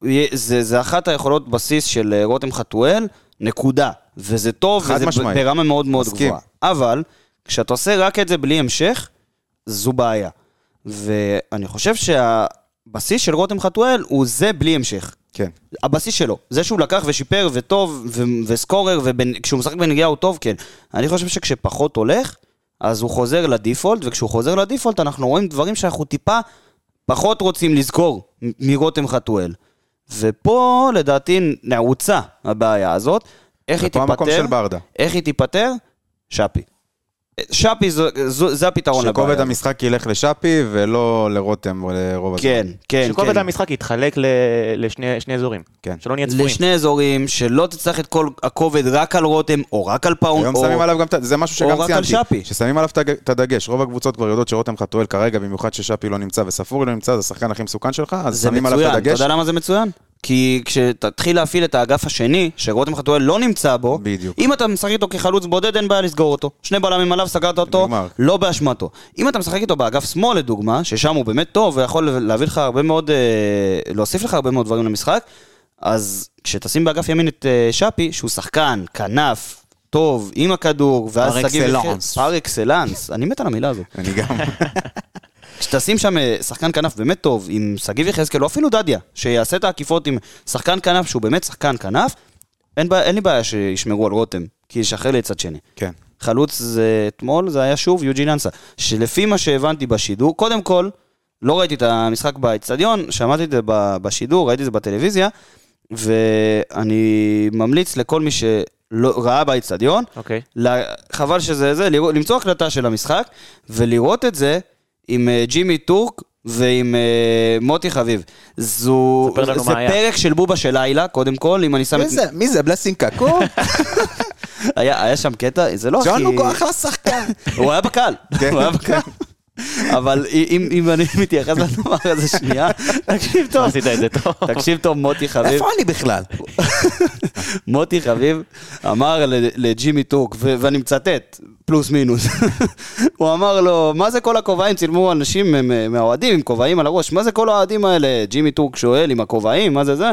יה- זה, זה אחת היכולות בסיס של אה, רותם חתואל, נקודה. וזה טוב,
חד
וזה ב-
משמעית.
ברמה מאוד מאוד
מסכים.
גבוהה. אבל, כשאתה עושה רק את זה בלי המשך, זו בעיה. ואני חושב שהבסיס של רותם חתואל הוא זה בלי המשך.
כן.
הבסיס שלו, זה שהוא לקח ושיפר וטוב ו- וסקורר וכשהוא משחק בנגיעה הוא טוב, כן. אני חושב שכשפחות הולך, אז הוא חוזר לדיפולט, וכשהוא חוזר לדיפולט אנחנו רואים דברים שאנחנו טיפה פחות רוצים לזכור מ- מרותם חתואל. ופה לדעתי נעוצה הבעיה הזאת. איך היא
ופה המקום
תיפתר?
של ברדה.
איך היא תיפתר? שפי. שפי זו, זו, זה הפתרון לבעיה.
שכובד
הזאת.
המשחק ילך לשאפי ולא לרותם או לרוב הזמן.
כן, כן,
שכובד
כן.
המשחק יתחלק ל- לשני שני אזורים.
כן.
שלא נהיה צפויים.
לשני אזורים, שלא תצטרך את כל הכובד רק על רותם, או רק על פאון,
היום
או...
שמים עליו גם, את ה- זה משהו
או
שגם
רק על
ציינתי,
שפי.
ששמים עליו את הג- את הדגש. רוב הקבוצות כבר יודעות שרותם חתואל כרגע, במיוחד ששאפי לא נמצא וספורי לא נמצא, זה השחקן הכי מסוכן שלך, אז
זה
שמים עליו את
מצוין, אתה
הדגש.
יודע למה זה מצוין? כי כשתתחיל להפעיל את האגף השני, שרותם חתואל לא נמצא בו,
בדיוק.
אם אתה משחק איתו כחלוץ בודד, אין בעיה לסגור אותו. שני בלמים עליו, סגרת אותו,
נגמר.
לא באשמתו. אם אתה משחק איתו באגף שמאל, לדוגמה, ששם הוא באמת טוב, ויכול להביא לך הרבה מאוד, אה, להוסיף לך הרבה מאוד דברים למשחק, אז כשתשים באגף ימין את אה, שפי, שהוא שחקן, כנף, טוב, עם הכדור, ואז
פר
שגיב יחזקאל-
אקסלנס.
פר אקסלנס, אני מת על המילה הזאת.
אני גם,
כשתשים שם אה, שחקן כנף באמת טוב, עם שגיב יחזקאל, או אפילו דדיה, שיעשה את העקיפות עם שחקן כנף שהוא באמת שחקן כנף, אין, בע... אין לי בעיה שישמרו על רותם, כי ישחרר לי צד שני.
כן.
חלוץ זה אתמול, זה היה שוב יוג'ין אנסה, שלפי מה שהבנתי בשידור, קודם כל, לא ראיתי את המשחק באצטדיון, שמעתי את זה ב- בשידור, ראיתי את זה בטלוויזיה, ואני ממליץ לכל מי שלא ראה באצטדיון,
אוקיי.
ל- חבל שזה זה, לראות, למצוא הקלטה של המשחק ולראות את זה עם אה, ג'ימי טורק ועם אה, מוטי חביב. זו...
ספר לנו
זה
מה היה.
פרק של בובה של לילה, קודם כל, אם אני שם את...
מי זה? בלסין קקו?
היה היה שם קטע, זה לא הכי...
אחלה שחקן.
הוא היה בקהל, הוא היה בקהל. אבל אם אם אני מתייחס לדבר הזה שנייה, תקשיב טוב.
עשית את זה טוב.
תקשיב טוב, מוטי חביב.
איפה אני בכלל?
מוטי חביב אמר ל- לג'ימי טוק, ו- ואני מצטט, פלוס מינוס, הוא אמר לו, מה זה כל הכובעים? צילמו אנשים מ- מ- מהאוהדים עם כובעים על הראש, מה זה כל האוהדים האלה? ג'ימי טוק שואל עם הכובעים, מה זה זה?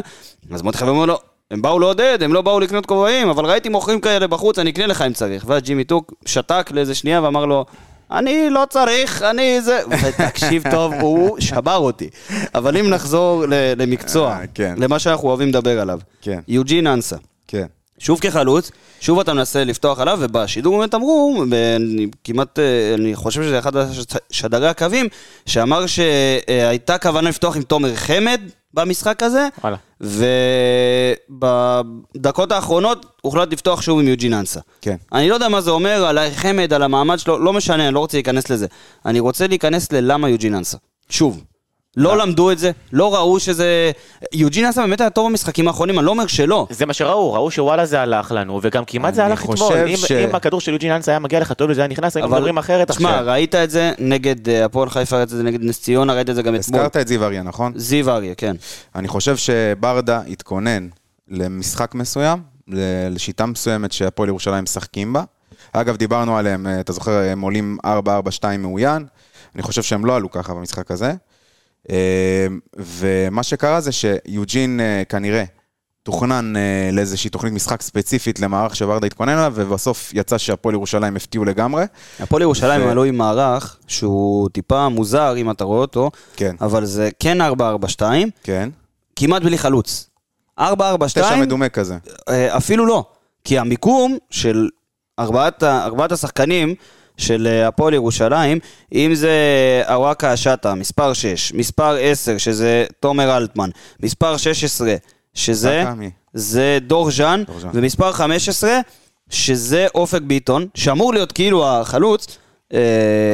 אז מוטי חביב אומר לו, הם באו לעודד, הם לא באו לקנות כובעים, אבל ראיתי מוכרים כאלה בחוץ, אני אקנה לך אם צריך. ואז ג'ימי טוק שתק לאיזה שנייה ואמר לו, אני לא צריך, אני זה... ותקשיב טוב, הוא שבר אותי. אבל אם נחזור ל- למקצוע,
אה, כן.
למה שאנחנו אוהבים לדבר עליו.
כן.
יוג'ין אנסה.
כן.
שוב כחלוץ, שוב אתה מנסה לפתוח עליו, ובשידור באמת אמרו, ואני כמעט, אה, אני חושב שזה אחד משדרי הקווים, שאמר שהייתה כוונה לפתוח עם תומר חמד במשחק הזה,
וואלה.
ובדקות האחרונות הוחלט לפתוח שוב עם יוג'ין אנסה.
כן.
אני לא יודע מה זה אומר על חמד, על המעמד שלו, לא משנה, אני לא רוצה להיכנס לזה. אני רוצה להיכנס ללמה יוג'ין אנסה. שוב. לא למדו את זה, לא ראו שזה... יוג'ין אנסה באמת היה טוב במשחקים האחרונים, אני לא אומר שלא.
זה מה שראו, ראו שוואלה זה הלך לנו, וגם כמעט זה
אני
הלך
חושב
אתמול. אם-
ש-
אם הכדור של יוג'ין אנס היה מגיע לך טוב, זה היה נכנס, היינו מדברים אחרת
תשמע,
עכשיו.
ראית את זה נגד אה, הפועל חיפה, ראית את זה נגד נס ציונה, ראית את זה גם אתמול.
הזכרת את זיו אריה, נכון?
זיו אריה, כן.
אני חושב שברדה התכונן למשחק מסוים, ל- לשיטה מסוימת שהפועל ירושלים משחקים בה. אגב, דיברנו עליהם, אה, אתה זוכר, הם עולים 4-4-2 מאוין. אני חושב שהם לא עלו ככה במשחק הזה. אה, ומה שקרה זה שיוג'ין אה, כנראה תוכנן אה, לאיזושהי תוכנית משחק ספציפית למערך שברדה התכונן אליו, ובסוף יצא שהפועל ירושלים הפתיעו לגמרי.
הפועל ירושלים
ו-
עלו עם מערך שהוא טיפה מוזר, אם אתה רואה אותו,
כן,
אבל זה כן 4-4-2,
כן.
כמעט בלי חלוץ. 4-4-2,
תשע מדומה כזה.
אה, אפילו לא. כי המיקום של ארבעת, ה- ארבעת השחקנים של אה, הפועל ירושלים, אם זה אוואקה השטה, מספר 6, מספר 10, שזה תומר אלטמן, מספר 16, שזה...
דקה, מי?
זה דור ז'אן,
דור ז'אן.
ומספר 15, שזה אופק ביטון, שאמור להיות כאילו החלוץ. אה,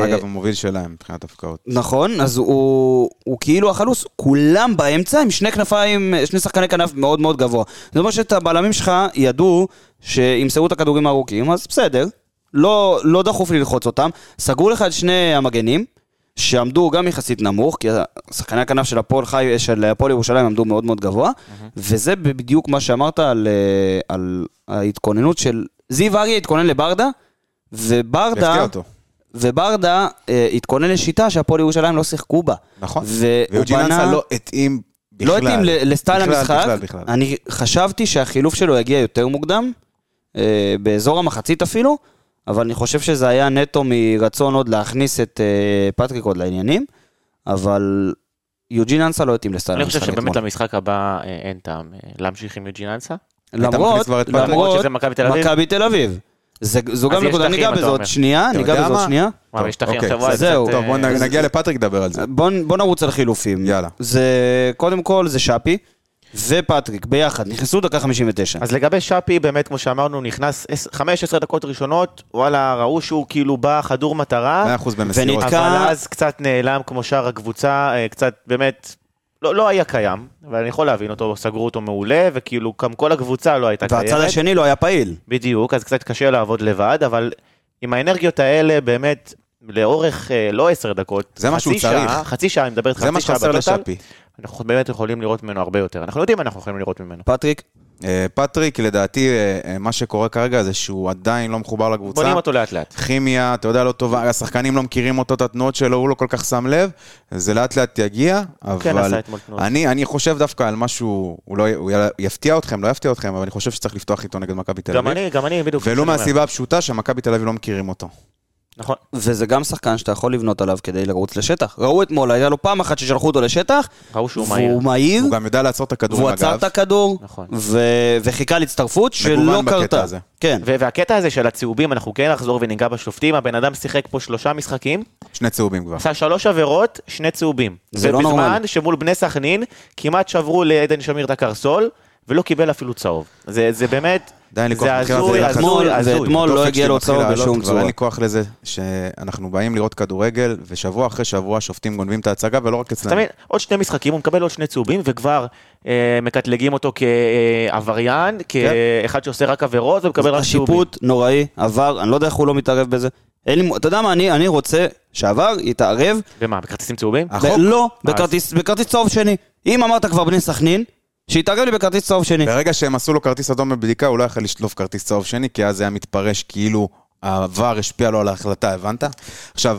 אגב, המוביל שלהם מבחינת הפקעות.
נכון, אז הוא, הוא כאילו החלוץ, כולם באמצע עם שני כנפיים, שני שחקני כנף מאוד מאוד גבוה. זה אומר שאת הבלמים שלך ידעו שימסרו את הכדורים הארוכים, אז בסדר, לא, לא דחוף לי ללחוץ אותם. סגרו לך את שני המגנים, שעמדו גם יחסית נמוך, כי שחקני הכנף של הפועל חי, של הפועל ירושלים עמדו מאוד מאוד גבוה, וזה בדיוק מה שאמרת על, אה, על ההתכוננות של... זיו אריה התכונן לברדה, וברדה...
הפתיע אותו.
וברדה אה, התכונן לשיטה שהפועל ירושלים לא שיחקו בה.
נכון.
והוא
ויוג'ין אנסה
בנה...
לא התאים בכלל.
לא התאים ל- לסטייל
בכלל,
המשחק.
בכלל, בכלל.
אני חשבתי שהחילוף שלו יגיע יותר מוקדם, אה, באזור המחצית אפילו, אבל אני חושב שזה היה נטו מרצון עוד להכניס את אה, פטריק עוד לעניינים, אבל יוג'ין אנסה לא התאים לסטייל
אני חושב
המשחק
שבאמת
אתמול.
למשחק הבא אה, אין טעם אה, להמשיך עם יוג'ין אנסה.
היית מכניס
למרות,
כבר את פטריק?
למרות
למרות
שזה מכבי תל אביב.
מכבי תל אביב. זה- זו
אז
גם
יש
נקודה,
דרכים,
ניגע
אתה
בזה עוד
אומר.
שנייה,
אתה
ניגע
יודע
בזה עוד
מה?
שנייה.
וואו, יש תחי
אוקיי,
עכשיו... וואי,
זהו.
קצת,
טוב, בוא
אה,
נ- נגיע לפטריק, נדבר על זה.
בוא, בוא נרוץ על חילופים.
יאללה.
זה, קודם כל זה שפי ופטריק ביחד, נכנסו דקה 59.
אז לגבי שפי, באמת, כמו שאמרנו, נכנס עש- 15 דקות ראשונות, וואלה, ראו שהוא כאילו בא חדור מטרה,
100% במסירות.
ונתקע.
אבל אז קצת נעלם כמו שאר הקבוצה, אה, קצת באמת, לא, לא היה קיים, אבל אני יכול להבין אותו, סגרו אותו מעולה, וכאילו גם כל הקבוצה לא הייתה קיימת.
והצד השני לא היה פעיל.
בדיוק, אז קצת קשה לעבוד לבד, אבל עם האנרגיות האלה, באמת, לאורך אה, לא עשר דקות,
זה מה
חצי
שהוא צריך.
שעה, חצי שעה, אני מדבר איתך
זה מה
חצי שעה
שחסר
בטוטל,
לשפי.
אנחנו באמת יכולים לראות ממנו הרבה יותר. אנחנו יודעים מה אנחנו יכולים לראות ממנו.
פטריק,
אה, פטריק, לדעתי, אה, אה, מה שקורה כרגע זה שהוא עדיין לא מחובר לקבוצה.
בונים אותו לאט לאט.
כימיה, אתה יודע, לא טובה, השחקנים לא מכירים אותו, את התנועות שלו, הוא לא כל כך שם לב, זה לאט לאט יגיע, אבל...
כן עשה אתמול תנועות.
אני, אני חושב דווקא על משהו, הוא לא, הוא יפתיע אתכם, לא יפתיע אתכם, אבל אני חושב שצריך לפתוח איתו נגד מכבי תל
גם
אביב.
אני, גם אני, בדיוק.
ולו
אני אומר.
מהסיבה הפשוטה שמכבי תל אביב לא מכירים אותו.
נכון.
וזה גם שחקן שאתה יכול לבנות עליו כדי לרוץ לשטח. ראו אתמול, היה לו פעם אחת ששלחו אותו לשטח,
ראו שהוא מהיר.
והוא מהיר,
הוא גם יודע לעצור את הכדור
והוא
עם
עצר
הגב.
את הכדור,
נכון.
ו- וחיכה להצטרפות שלא
מגוון בקטע
קרתה.
הזה.
כן,
ו- והקטע הזה של הצהובים, אנחנו כן נחזור וניגע בשופטים, הבן אדם שיחק פה שלושה משחקים,
שני צהובים כבר.
עשה שלוש עבירות, שני צהובים.
זה לא נורמלי.
ובזמן שמול בני סכנין, כמעט שברו לעדן שמיר את הקרסול, ולא קיבל אפילו צהוב. זה, זה באמת,
די, אין לי כוח
זה
מבחינת
הזוי,
זה.
אתמול-
הזוי, הזוי.
ואתמול לא
הדופק
הגיע
שלי
לו
מתחיל
צהוב
לעלות,
בשום
כבר אין
צורה.
לי כוח לזה שאנחנו באים לראות כדורגל, ושבוע אחרי שבוע השופטים גונבים את ההצגה, ולא רק
אתה
אצלנו.
מבין, עוד שני משחקים, הוא מקבל עוד שני צהובים, וכבר אה, מקטלגים אותו
כן.
כעבריין, כאחד שעושה רק עבירות, ומקבל רק צהובים.
השיפוט נוראי, עבר, אני לא יודע איך הוא לא מתערב בזה. אין לי, מ- אתה יודע מה, אני, אני רוצה שעבר יתערב,
ומה, בכרטיסים צהובים?
ב- לא, בכרטיס, בכרטיס צהוב שני. אם אמרת כבר בני סכנין, שיתערב לי בכרטיס צהוב שני.
ברגע שהם עשו לו כרטיס אדום בבדיקה, הוא לא יכל לשלוף כרטיס צהוב שני, כי אז זה היה מתפרש כאילו העבר השפיע לו על ההחלטה, הבנת? עכשיו,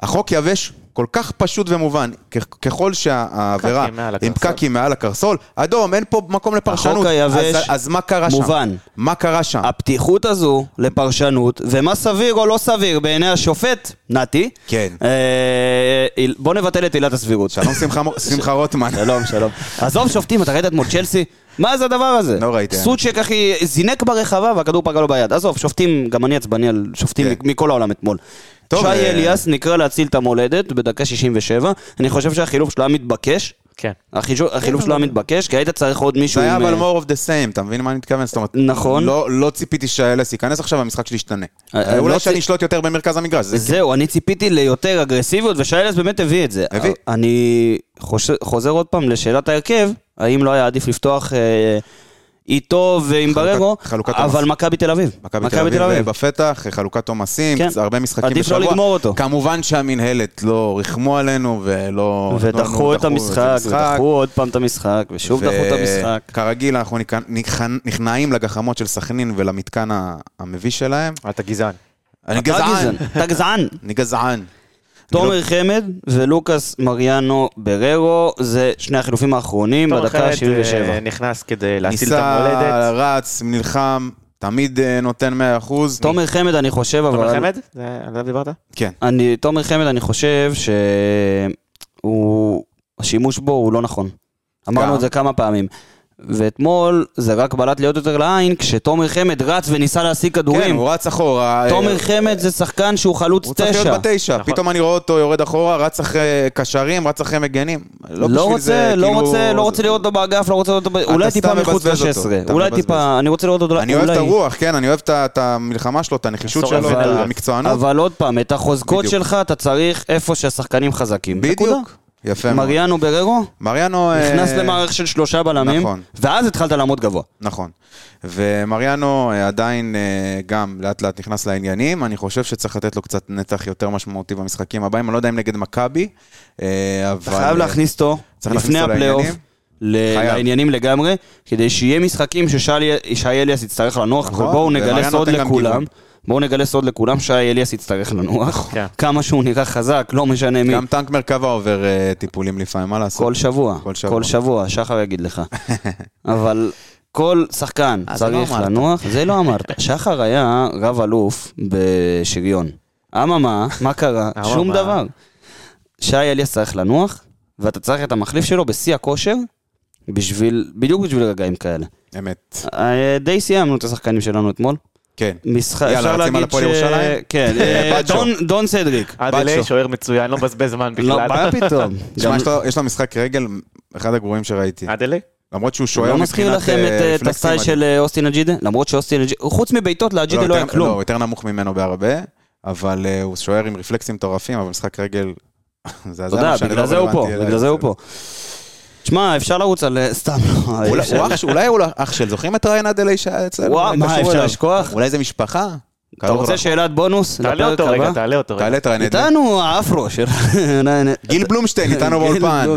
החוק יבש כל כך פשוט ומובן, כ- ככל שהעבירה
פקקים מעל
עם
הקרסול.
פקקים מעל הקרסול, אדום, אין פה מקום לפרשנות.
החוק היבש
אז, אז מה קרה שם?
מובן.
מה קרה שם?
הפתיחות הזו לפרשנות, ומה סביר או לא סביר בעיני השופט, נתי,
כן.
אה, איל- בוא נבטל את עילת הסבירות.
שלום לא שמחה מו- שמחה רוטמן.
שלום, שלום. עזוב שופטים, אתה ראית אתמול צ'לסי? מה זה הדבר הזה?
לא ראיתי.
סוצ'ק, אחי, זינק ברחבה והכדור פגע לו ביד. עזוב, שופטים, גם אני עצבני על שופטים
כן.
מכל העולם אתמול.
טוב,
שי
אה,
אליאס נקרא להציל את המולדת בדקה 67. אני חושב שהחילוף שלו היה מתבקש.
כן.
החישו- החילוף שלו היה מתבקש, כי היית צריך עוד
זה
מישהו
היה
עם...
אבל
אה,
more of the same, אתה מבין מה אני מתכוון? זאת אומרת,
נכון.
לא, לא ציפיתי שהאלס ייכנס עכשיו, המשחק שלי ישתנה.
אה, לא
אולי
צי- אה,
שאני אשלוט יותר במרכז המגרש, זה
זהו, אני ציפיתי ליותר אגרסיביות, ושיילס באמת הביא את זה. אה,
הביא.
אני חוש... חוזר עוד פעם לשאלת ההרכב, האם לא היה עדיף לפתוח אה, איתו ועם
חלוקת-
ברגו,
חלוקת
אבל
עומס.
מכבי תל אביב.
מכבי תל אביב אה, בפתח, חלוקת עומסים,
כן.
הרבה משחקים
עדיף
בשבוע.
לא לגמור אותו.
כמובן שהמינהלת לא ריחמו עלינו ולא... לא-
ודחו את המשחק, ודחו עוד פעם את המשחק, ושוב דחו את המשחק.
כרגיל, אנחנו נכ- נכ- נכנעים לגחמות של סכנין ולמתקן ה- המביש שלהם.
אתה גזען.
אני
אתה
גזען.
גזען, אתה גזען.
אני לא- גזען.
תומר חמד ולוקאס מריאנו בררו, זה שני החילופים האחרונים
תומר
בדקה
חמד,
ה-77.
אה, נכנס כדי להציל את
ניסה,
המולדת.
רץ, נלחם, תמיד אה, נותן 100%.
תומר חמד, אני חושב, אבל...
תומר חמד? זה- על זה דיברת?
כן.
אני, תומר חמד, אני חושב שהוא, השימוש בו הוא לא נכון. אמרנו
גם.
את זה כמה פעמים. ואתמול זה רק בלט לי עוד יותר לעין, כשתומר חמד רץ וניסה להשיג
כן,
כדורים.
הוא רץ אחורה.
תומר
אה,
חמד זה שחקן שהוא חלוץ
הוא צריך
תשע.
להיות בתשע,
נכון.
פתאום אני רואה אותו יורד אחורה, רץ אחרי קשרים, רץ אחרי מגנים. לא
לא
בשביל זה,
רוצה, לא
כאילו-
רוצה, לא רוצה לראות אותו באגף, לא רוצה לראות אותו, ב- אולי
סתם
טיפה מחוץ
מבזבז אותו,
ל-16.
אתה
אולי
מבזבז.
טיפה, אני רוצה לראות אותו,
אני אוהב את
אולי.
הרוח, כן, אני אוהב את ה- את המלחמה שלו, את הנחישות
מסור
שלו, את
אבל-
המקצוענות.
אבל עוד פעם, את החוזקות
בדיוק.
שלך אתה צריך איפה שהשחקנים חזקים. נקודה.
בדיוק. יפה מאוד.
מריאנו בררו?
מריאנו... אה,
נכנס למערך של שלושה בלמים,
נכון.
ואז התחלת לעמוד גבוה.
נכון. ומריאנו אה, עדיין אה, גם לאט לאט נכנס לעניינים. אני חושב שצריך לתת לו קצת נתח יותר משמעותי במשחקים הבאים. אני לא יודע אם נגד מכבי, אה, אבל...
אתה חייב להכניס אותו
צריך להכניס
לפני
אותו
הפלייאוף.
לעניינים?
ל-
חייב.
לעניינים לגמרי, כדי שיהיה משחקים ששי אליאס יצטרך לנוח,
נכון,
ובואו נגלה
ומריאנו
סוד
נותן גם
לכולם,
גיוון.
בואו נגלה סוד לכולם, שי אליאס יצטרך לנוח,
כן.
כמה שהוא נראה חזק, לא משנה מי,
גם טנק מרכבה עובר אה, טיפולים לפעמים, מה לעשות?
כל שבוע,
כל שבוע.
כל שבוע, שחר יגיד לך, אבל כל שחקן
אה, זה לא
צריך
אמרת.
לנוח, זה לא אמרת, שחר היה רב אלוף בשריון, אממה, מה קרה?
אממה.
שום דבר. שי אליאס צריך לנוח, ואתה צריך את המחליף שלו בשיא הכושר, בשביל, בדיוק בשביל רגעים כאלה.
אמת.
אה, די סיימנו את השחקנים שלנו אתמול.
כן.
משחק,
יאללה,
אפשר
רצים
להגיד
על הפועל
ש-
ירושלים?
כן, אה,
בצ'ו. אה,
דון- דון סדריק.
אדלי,
בצ'ו.
שוער מצוין, לא מבזבז זמן
לא,
בכלל.
מה פתאום?
תשמע,
גם-
יש לו- יש לו משחק רגל, אחד הגרועים שראיתי.
אדלי?
למרות שהוא שוער
לא
מבחינת...
מזכיר לכם את
אה,
אה, את
פלקסים
הסטייל
מדהים.
של אה, אוסטין אג'ידה? למרות שאוסטין אג'ידה, חוץ מבעיטות לאג'ידה לא היה
יותר- לא, הוא
כלום.
יותר נמוך ממנו בהרבה, אבל אה, הוא שוער עם רפלקסים מטורפים, אבל משחק רגל... זה לא
אתה יודע, בגלל זה הוא פה, בגלל זה הוא פה. תשמע, אפשר לרוץ על... אה, סתם, לא. אי אפשר.
אולי הוא לא- אח של, זוכרים את ריין אדלי שהיה אצלנו?
וואו,
אולי
מה,
קשור
אפשר
אליו.
לשכוח?
אולי זה משפחה? לא
אתה רוצה שאלת בונוס
תעלה
לפרק
אותו רגע,
הבא?
תעלה אותו רגע.
תעלה את ריין אדלי.
איתנו האפרו של... כן,
גיל בלומשטיין איתנו באולפן.
לא,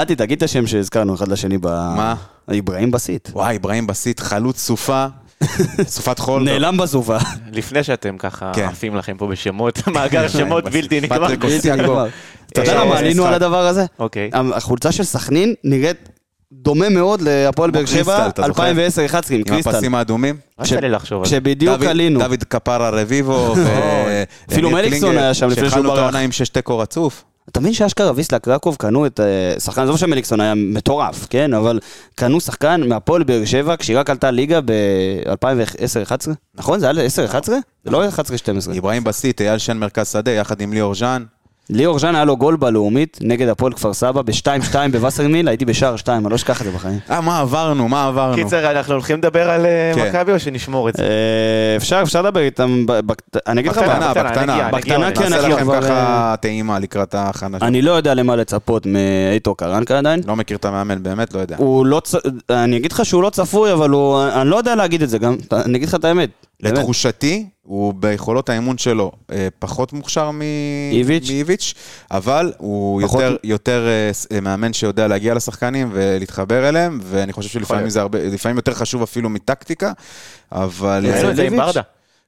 נתי, תגיד את השם שהזכרנו אחד לשני ב...
מה?
איברהים בסית.
וואי, אברהים בסט, חלוץ סופה, סופת חול.
נעלם בסופה.
לפני שאתם ככה
כן.
עפים לכם פה בשמות, מאגר שמות בלתי נגמר.
פטריק אוסיאקו.
אתה יודע למה
אה,
עלינו
משחק.
על הדבר הזה?
אוקיי.
החולצה של סכנין נראית דומה מאוד להפועל באר שבע,
קריסטל, אתה זוכר?
2010-2011, עם
עם
קריסטל.
הפסים האדומים.
מה
כש-
יצא לי לחשוב על זה?
שבדיוק
דוד-
עלינו. נכון.
דוד קפרה רביבו. ו-
אפילו
יניר
מליקסון
קלינגר,
היה שם לפני שהוא
שהתחלנו את
ברח.
העונה עם שש תיקו רצוף.
אתה מבין שאשכרה ויסלה קרקוב קנו את... אה, שחקן, עזוב שמליקסון היה מטורף, כן? אבל קנו שחקן מהפועל באר שבע כשהיא רק עלתה ליגה ב-2010-2011? נכון? זה היה 10-11? זה לא 11-12.
אברהים בסט, אייל שן מרכז שדה, יחד עם ליאור ז'אן.
ליאור ז'אן היה לו גול בלאומית נגד הפועל כפר סבא ב-2-2 בווסרמיל, הייתי בשער 2, אני לא אשכח את זה בחיים.
אה, מה עברנו, מה עברנו.
קיצר, אנחנו הולכים לדבר על אה,
כן.
מכבי או שנשמור את זה?
אה, אפשר, אפשר לדבר איתם, ב- בקט- אני אגיד לך
בקטנה,
מה,
בקטנה,
בקטנה,
בקטנה,
נגיע,
בקטנה, כן,
נגיע.
נעשה
אנחנו
לכם
כבר,
ככה טעימה לקראת ההכנה שלנו.
אני לא יודע למה לצפות מאיתור קרנקה עדיין.
לא מכיר את המאמן, באמת לא יודע.
הוא לא, צ- אני אגיד לך שהוא לא צפוי, אבל הוא, אני לא יודע להגיד את זה גם, אני אגיד לך את האמת. באמת.
לתחושתי, הוא ביכולות האימון שלו אה, פחות מוכשר מ-
איביץ'?
מאיביץ', אבל הוא
פחות-
יותר, יותר אה, ס- אה, מאמן שיודע להגיע לשחקנים ולהתחבר אליהם, ואני חושב שלפעמים זה הרבה, לפעמים יותר חשוב אפילו מטקטיקה, אבל...
אצל
אה,
ראינו את זה עם
ליביץ'?
ברדה.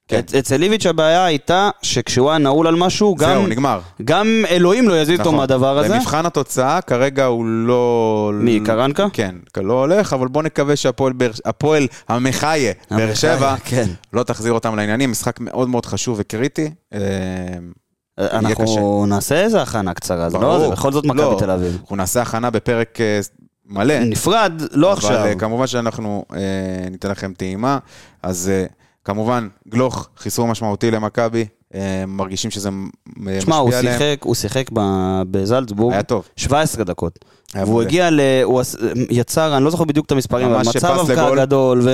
כן.
אצ- אצל איביץ' הבעיה הייתה שכשהוא היה נעול על משהו, גם-
זהו, נגמר.
גם אלוהים לא יזיז אותו
נכון.
מהדבר הזה.
במבחן התוצאה, כרגע הוא לא...
מי, קרנקה?
כן, לא הולך, אבל בוא נקווה שהפועל באר- הפועל המחיה, באר שבע,
כן.
לא תחזיר אותם לעניינים. משחק מאוד מאוד חשוב וקריטי. אה,
אנחנו
קשה.
נעשה איזה הכנה קצרה, אז לא,
ברור.
זה בכל זאת מכבי
לא,
תל אביב.
אנחנו נעשה הכנה בפרק אה, מלא.
נפרד, לא עכשיו.
אבל אה, כמובן שאנחנו אה, ניתן לכם טעימה. אז אה, כמובן, גלוך, חיסור משמעותי למכבי. אה, מרגישים שזה מ- משפיע
שמע, הוא
עליהם.
שיחק, הוא שיחק ב- בזלצבורג.
היה טוב.
17 דקות.
היה
והוא
מעולה.
הגיע ל... הוא עש- יצר, אני לא זוכר בדיוק את המספרים, אבל
ממש
מצב
שפס
אבקה
לגול.
גדול,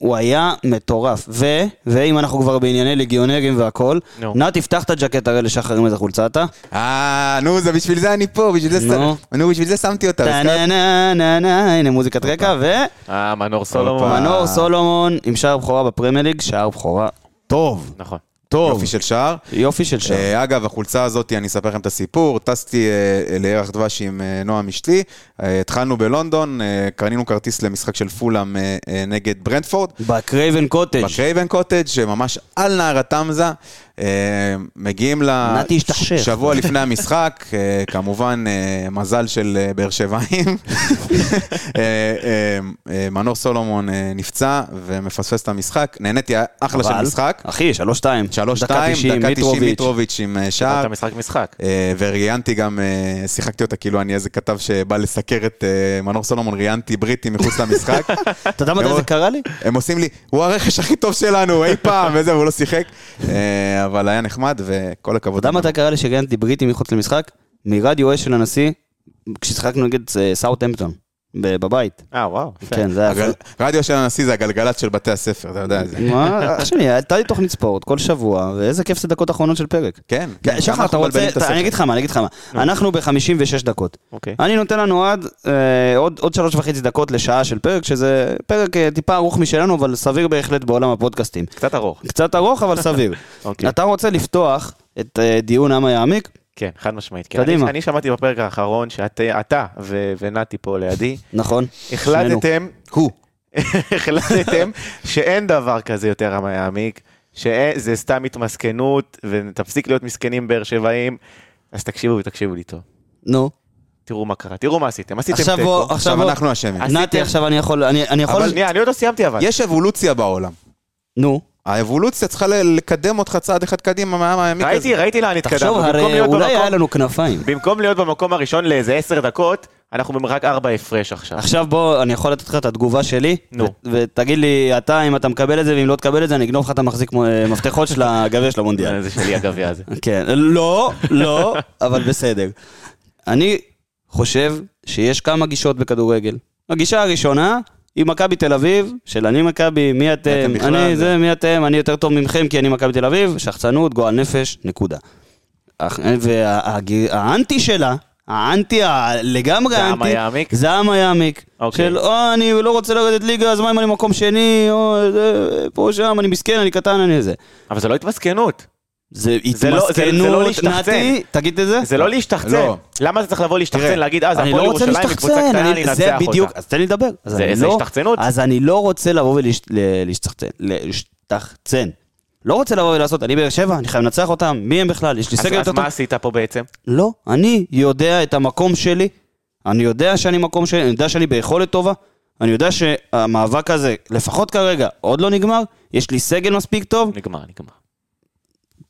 והוא היה מטורף. ו... ואם אנחנו כבר בענייני ליגיונרים והכל,
נו.
נא תפתח את הג'קט הרי לשחר עם איזה חולצה אתה.
אה, נו, זה בשביל זה אני פה, בשביל זה,
נו.
ש... נו, בשביל זה שמתי אותה.
טה
הזכרת?
נה נה נה נה, הנה מוזיקת רקע,
אה, מנור סולומון.
הופה.
ומנור סולומון עם שער בכורה בפרמייר ליג, שער בכורה
טוב,
נכון.
טוב.
יופי של שער.
יופי של שער.
אה, אגב, החולצה הזאת, אני אספר לכם את הסיפור. טסתי אה, לירח דבש עם אה, נועם אשתי. אה, התחלנו בלונדון, אה, קנינו כרטיס למשחק של פולאם אה, אה, נגד ברנדפורד.
בקרייבן קוטג'.
בקרייבן קוטג', שממש על נהר התמזה. אה, מגיעים ל-
נתי השתכשך.
שבוע לפני המשחק, אה, כמובן אה, מזל של אה, באר שבעים. אה, אה, אה, מנור סולומון אה, נפצע ומפספס את המשחק. נהניתי, היה אחלה של
אבל,
משחק.
אחי, 3-2.
3-2, דקה 90, מיטרוביץ' עם אה, שער.
אתה משחק משחק.
אה, וראיינתי גם, אה, שיחקתי אותה כאילו אני איזה כתב שבא לסקר את אה, מנור סולומון, ראיינתי בריטי מחוץ למשחק.
אתה יודע מתי
מאוד-
זה קרה לי?
הם עושים לי, הוא הרכש הכי טוב שלנו אי פעם, וזה, והוא לא שיחק. אה, אבל היה נחמד, וכל הכבוד.
אתה יודע מתי קרה לי שהגנתי בריטי מחוץ למשחק? מרדיו אש של הנשיא, כששיחקנו נגד אה, סאוטהמפטון, ב- בבית.
אה, וואו. יפה.
כן, זה היה...
הגל- רדיו של הנשיא זה הגלגלצ של בתי הספר, אתה יודע את
כן.
זה.
מה? אח שלי, הייתה לי תוכנית ספורט כל שבוע, ואיזה כיף זה דקות אחרונות של פרק.
כן.
כן, שחר,
אנחנו
אתה רוצה...
מבלבלים את
אתה- אני
השכל.
אגיד לך מה, אני אגיד לך מה. אנחנו ב-56 דקות.
אוקיי.
אני נותן לנו עד אה, עוד עוד שלוש וחצי דקות לשעה של פרק, שזה פרק אה, טיפה ארוך משלנו, אבל סביר בהחלט בעולם הפודקאסטים.
קצת ארוך.
קצת ארוך, אבל סביר.
אוקיי.
אתה רוצה לפתוח את אה, דיון עם היעמיק?
כן, חד משמעית. כן.
קדימה.
אני- אני שמעתי בפרק האחרון שאתה אתה ו- ונתי פה לידי,
נכון. שנינו.
החלטתם, הוא, החלטתם שאין דבר כזה יותר המעמיק, שזה סתם התמסכנות, ותפסיק להיות מסכנים באר שבעים, אז תקשיבו ותקשיבו לי טוב.
נו.
תראו מה קרה, תראו מה עשיתם, עשיתם
עכשיו בוא, עכשיו
תיקו.
עכשיו
בוא.
אנחנו אשמים.
עשיתם-
נתי, עכשיו אני יכול... אני אני יכול...
אבל שנייה, אני עוד לא סיימתי אבל.
יש אבולוציה בעולם.
נו.
האבולוציה צריכה ל- לקדם אותך צעד אחד קדימה מהעם הימי כזה.
ראיתי, ראיתי לאן התקדמנו.
תחשוב,
כן, במקום
הרי
להיות
אולי היה
במקום-
לנו כנפיים.
במקום להיות במקום הראשון לאיזה עשר דקות, אנחנו במרחק ארבע הפרש עכשיו.
עכשיו בוא, אני יכול לתת לך את התגובה שלי?
נו.
ו- ותגיד לי אתה אם אתה מקבל את זה, ואם לא תקבל את זה, אני אגנוב לך את המחזיק מ- אה, מפתחות של הגביע של המונדיאל.
זה שלי הגביע הזה.
כן, לא, לא, אבל בסדר. אני חושב שיש כמה גישות בכדורגל. הגישה הראשונה היא מכבי תל אביב, של אני מכבי, מי אתם,
אתם בכלל?
אני
אה."
זה, מי אתם, אני יותר טוב ממכם כי אני מכבי תל אביב, שחצנות, גועל נפש, נקודה. אך- וה- הג- האנטי שלה, האנטי, ה- לגמרי
זה העם
האנטי,
היעמיק?
זה העם היעמיק.
אוקיי.
של או אני לא רוצה לרדת ליגה, אז מה אם אני מקום שני, או זה, פה שם, אני מסכן, אני קטן, אני זה.
אבל זה לא התמסכנות.
זה
זה לא- זה- זה לא
התמסכנות,
להשתחצן.
נתי, תגיד את זה.
זה לא להשתחצן.
לא.
למה זה צריך לבוא להשתחצן? להגיד, אה, זה
אני לא
הפועל
רוצה
ירושלים, היא קבוצה
להשתחצן,
קטנה,
אני-
אני
זה
אנצח
בדיוק,
אותה.
אז תן לי לדבר. אז
זה-
אני
זה
לא-
השתחצנות.
אז אני לא רוצה לבוא ולהשתחצן, להשתחצן. לא רוצה לבוא ולעשות, אני באר שבע, אני חייב לנצח אותם, מי הם בכלל, יש לי
אז
סגל
אז
יותר טוב.
מה עשית פה בעצם?
לא, אני יודע את המקום שלי, אני יודע שאני מקום שלי, אני יודע שאני ביכולת טובה, אני יודע שהמאבק הזה, לפחות כרגע, עוד לא נגמר, יש לי סגל מספיק טוב,
נגמר, נגמר.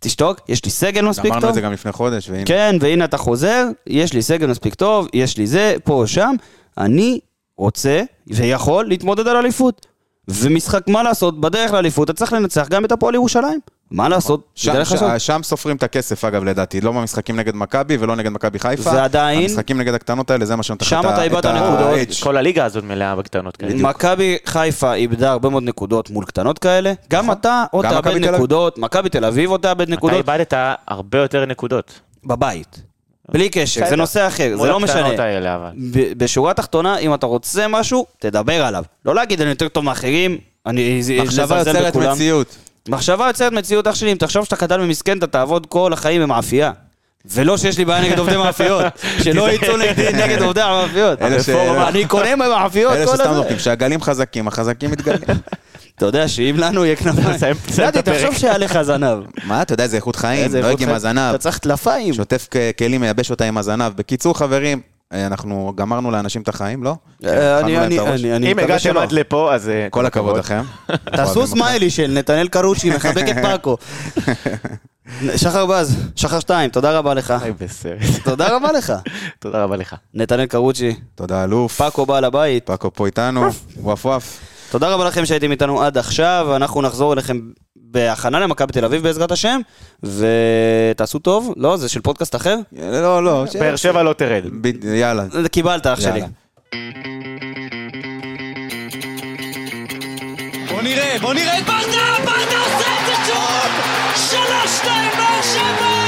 תשתוק, יש לי סגל מספיק
אמרנו
טוב.
את זה גם לפני חודש, והנה.
כן, והנה אתה חוזר, יש לי סגל מספיק טוב, יש לי זה, פה או שם. אני רוצה ויכול להתמודד על אליפות. ומשחק, מה לעשות, בדרך לאליפות אתה צריך לנצח גם את הפועל ירושלים. מה לעשות, זה
שם,
דרך
נכון. ש...
לעשות.
שם סופרים את הכסף, אגב, לדעתי. לא במשחקים נגד מכבי ולא נגד מכבי חיפה.
ועדיין-
המשחקים נגד הקטנות האלה, זה מה שנותן לך
שם
את ה-
אתה איבדת
את ה-
נקודות.
edge.
כל הליגה הזאת מלאה בקטנות כאלה.
מכבי חיפה איבדה הרבה מאוד נקודות מול קטנות כאלה. גם אתה עוד
נכון. גם
תאבד
מכבי תל אביב.
נקודות, מכבי תל אביב עוד תאבד
אתה
נקודות
איבדת הרבה יותר נקודות.
בבית. בלי קשר, זה נושא אחר, זה
מול
לא משנה.
הקטנות האלה, אבל.
ב- בשורה התחתונה, אם אתה רוצה משהו, תדבר עליו. לא להגיד אני יותר טוב מאחרים, אני, זה-
מחשבה
לזלזל
יוצרת
בכולם.
מציאות.
מחשבה יוצרת מציאות, אח שלי, אם תחשוב שאתה קטן ומסכן, אתה תעבוד כל החיים במאפייה. ולא שיש לי בעיה נגד עובדי מאפיות, שלא יצאו נגדי נגד עובדי המאפיות.
אלה ש-
הרפורמה, אני קונה במאפיות
אלה
לא, כל
שסתם
הזמן.
זורקים, שהגלים חזקים, החזקים מתגלים.
אתה יודע שאם לנו יהיה כנפיים,
תסיים- תסיים את
נתי,
הפרק.
תחשוב שהיה לך זנב.
מה, אתה יודע, זה איכות חיים,
איזה
נוהג
איכות
עם
חיים.
הזנב,
אתה צריך טלפיים.
שוטף כ- כלים, מייבש אותה עם הזנב. בקיצור, חברים, אה, אנחנו גמרנו לאנשים את החיים, לא?
אה, אני-
אכלנו להם
אני-
את הראש.
אני- אני
אם
מקווה
הגעתם
שלא.
עד לפה, אז... אה,
כל הכבוד לכם.
תעשו סמיילי של נתנאל קרוצ'י, מחבק את פאקו. שחר בז, שחר שתיים, תודה רבה לך.
היי, בסדר.
תודה רבה לך.
תודה רבה לך.
נתנאל קרוצ'י,
תודה, אלוף.
פאקו בעל הבית.
פאקו פה איתנו, וואף וואף.
תודה רבה לכם שהייתם איתנו עד עכשיו, אנחנו נחזור אליכם בהכנה למכבי תל אביב בעזרת השם, ותעשו טוב, לא? זה של פודקאסט אחר?
לא, לא.
כן,
ש-
באר שבע לא תרד.
ב- יאללה.
קיבלת אח שלי.
יאללה. nou.
בוא נראה, בוא נראה את ברדה, ברדה עושה את זה שוב! שלוש, שתיים, באר שבע!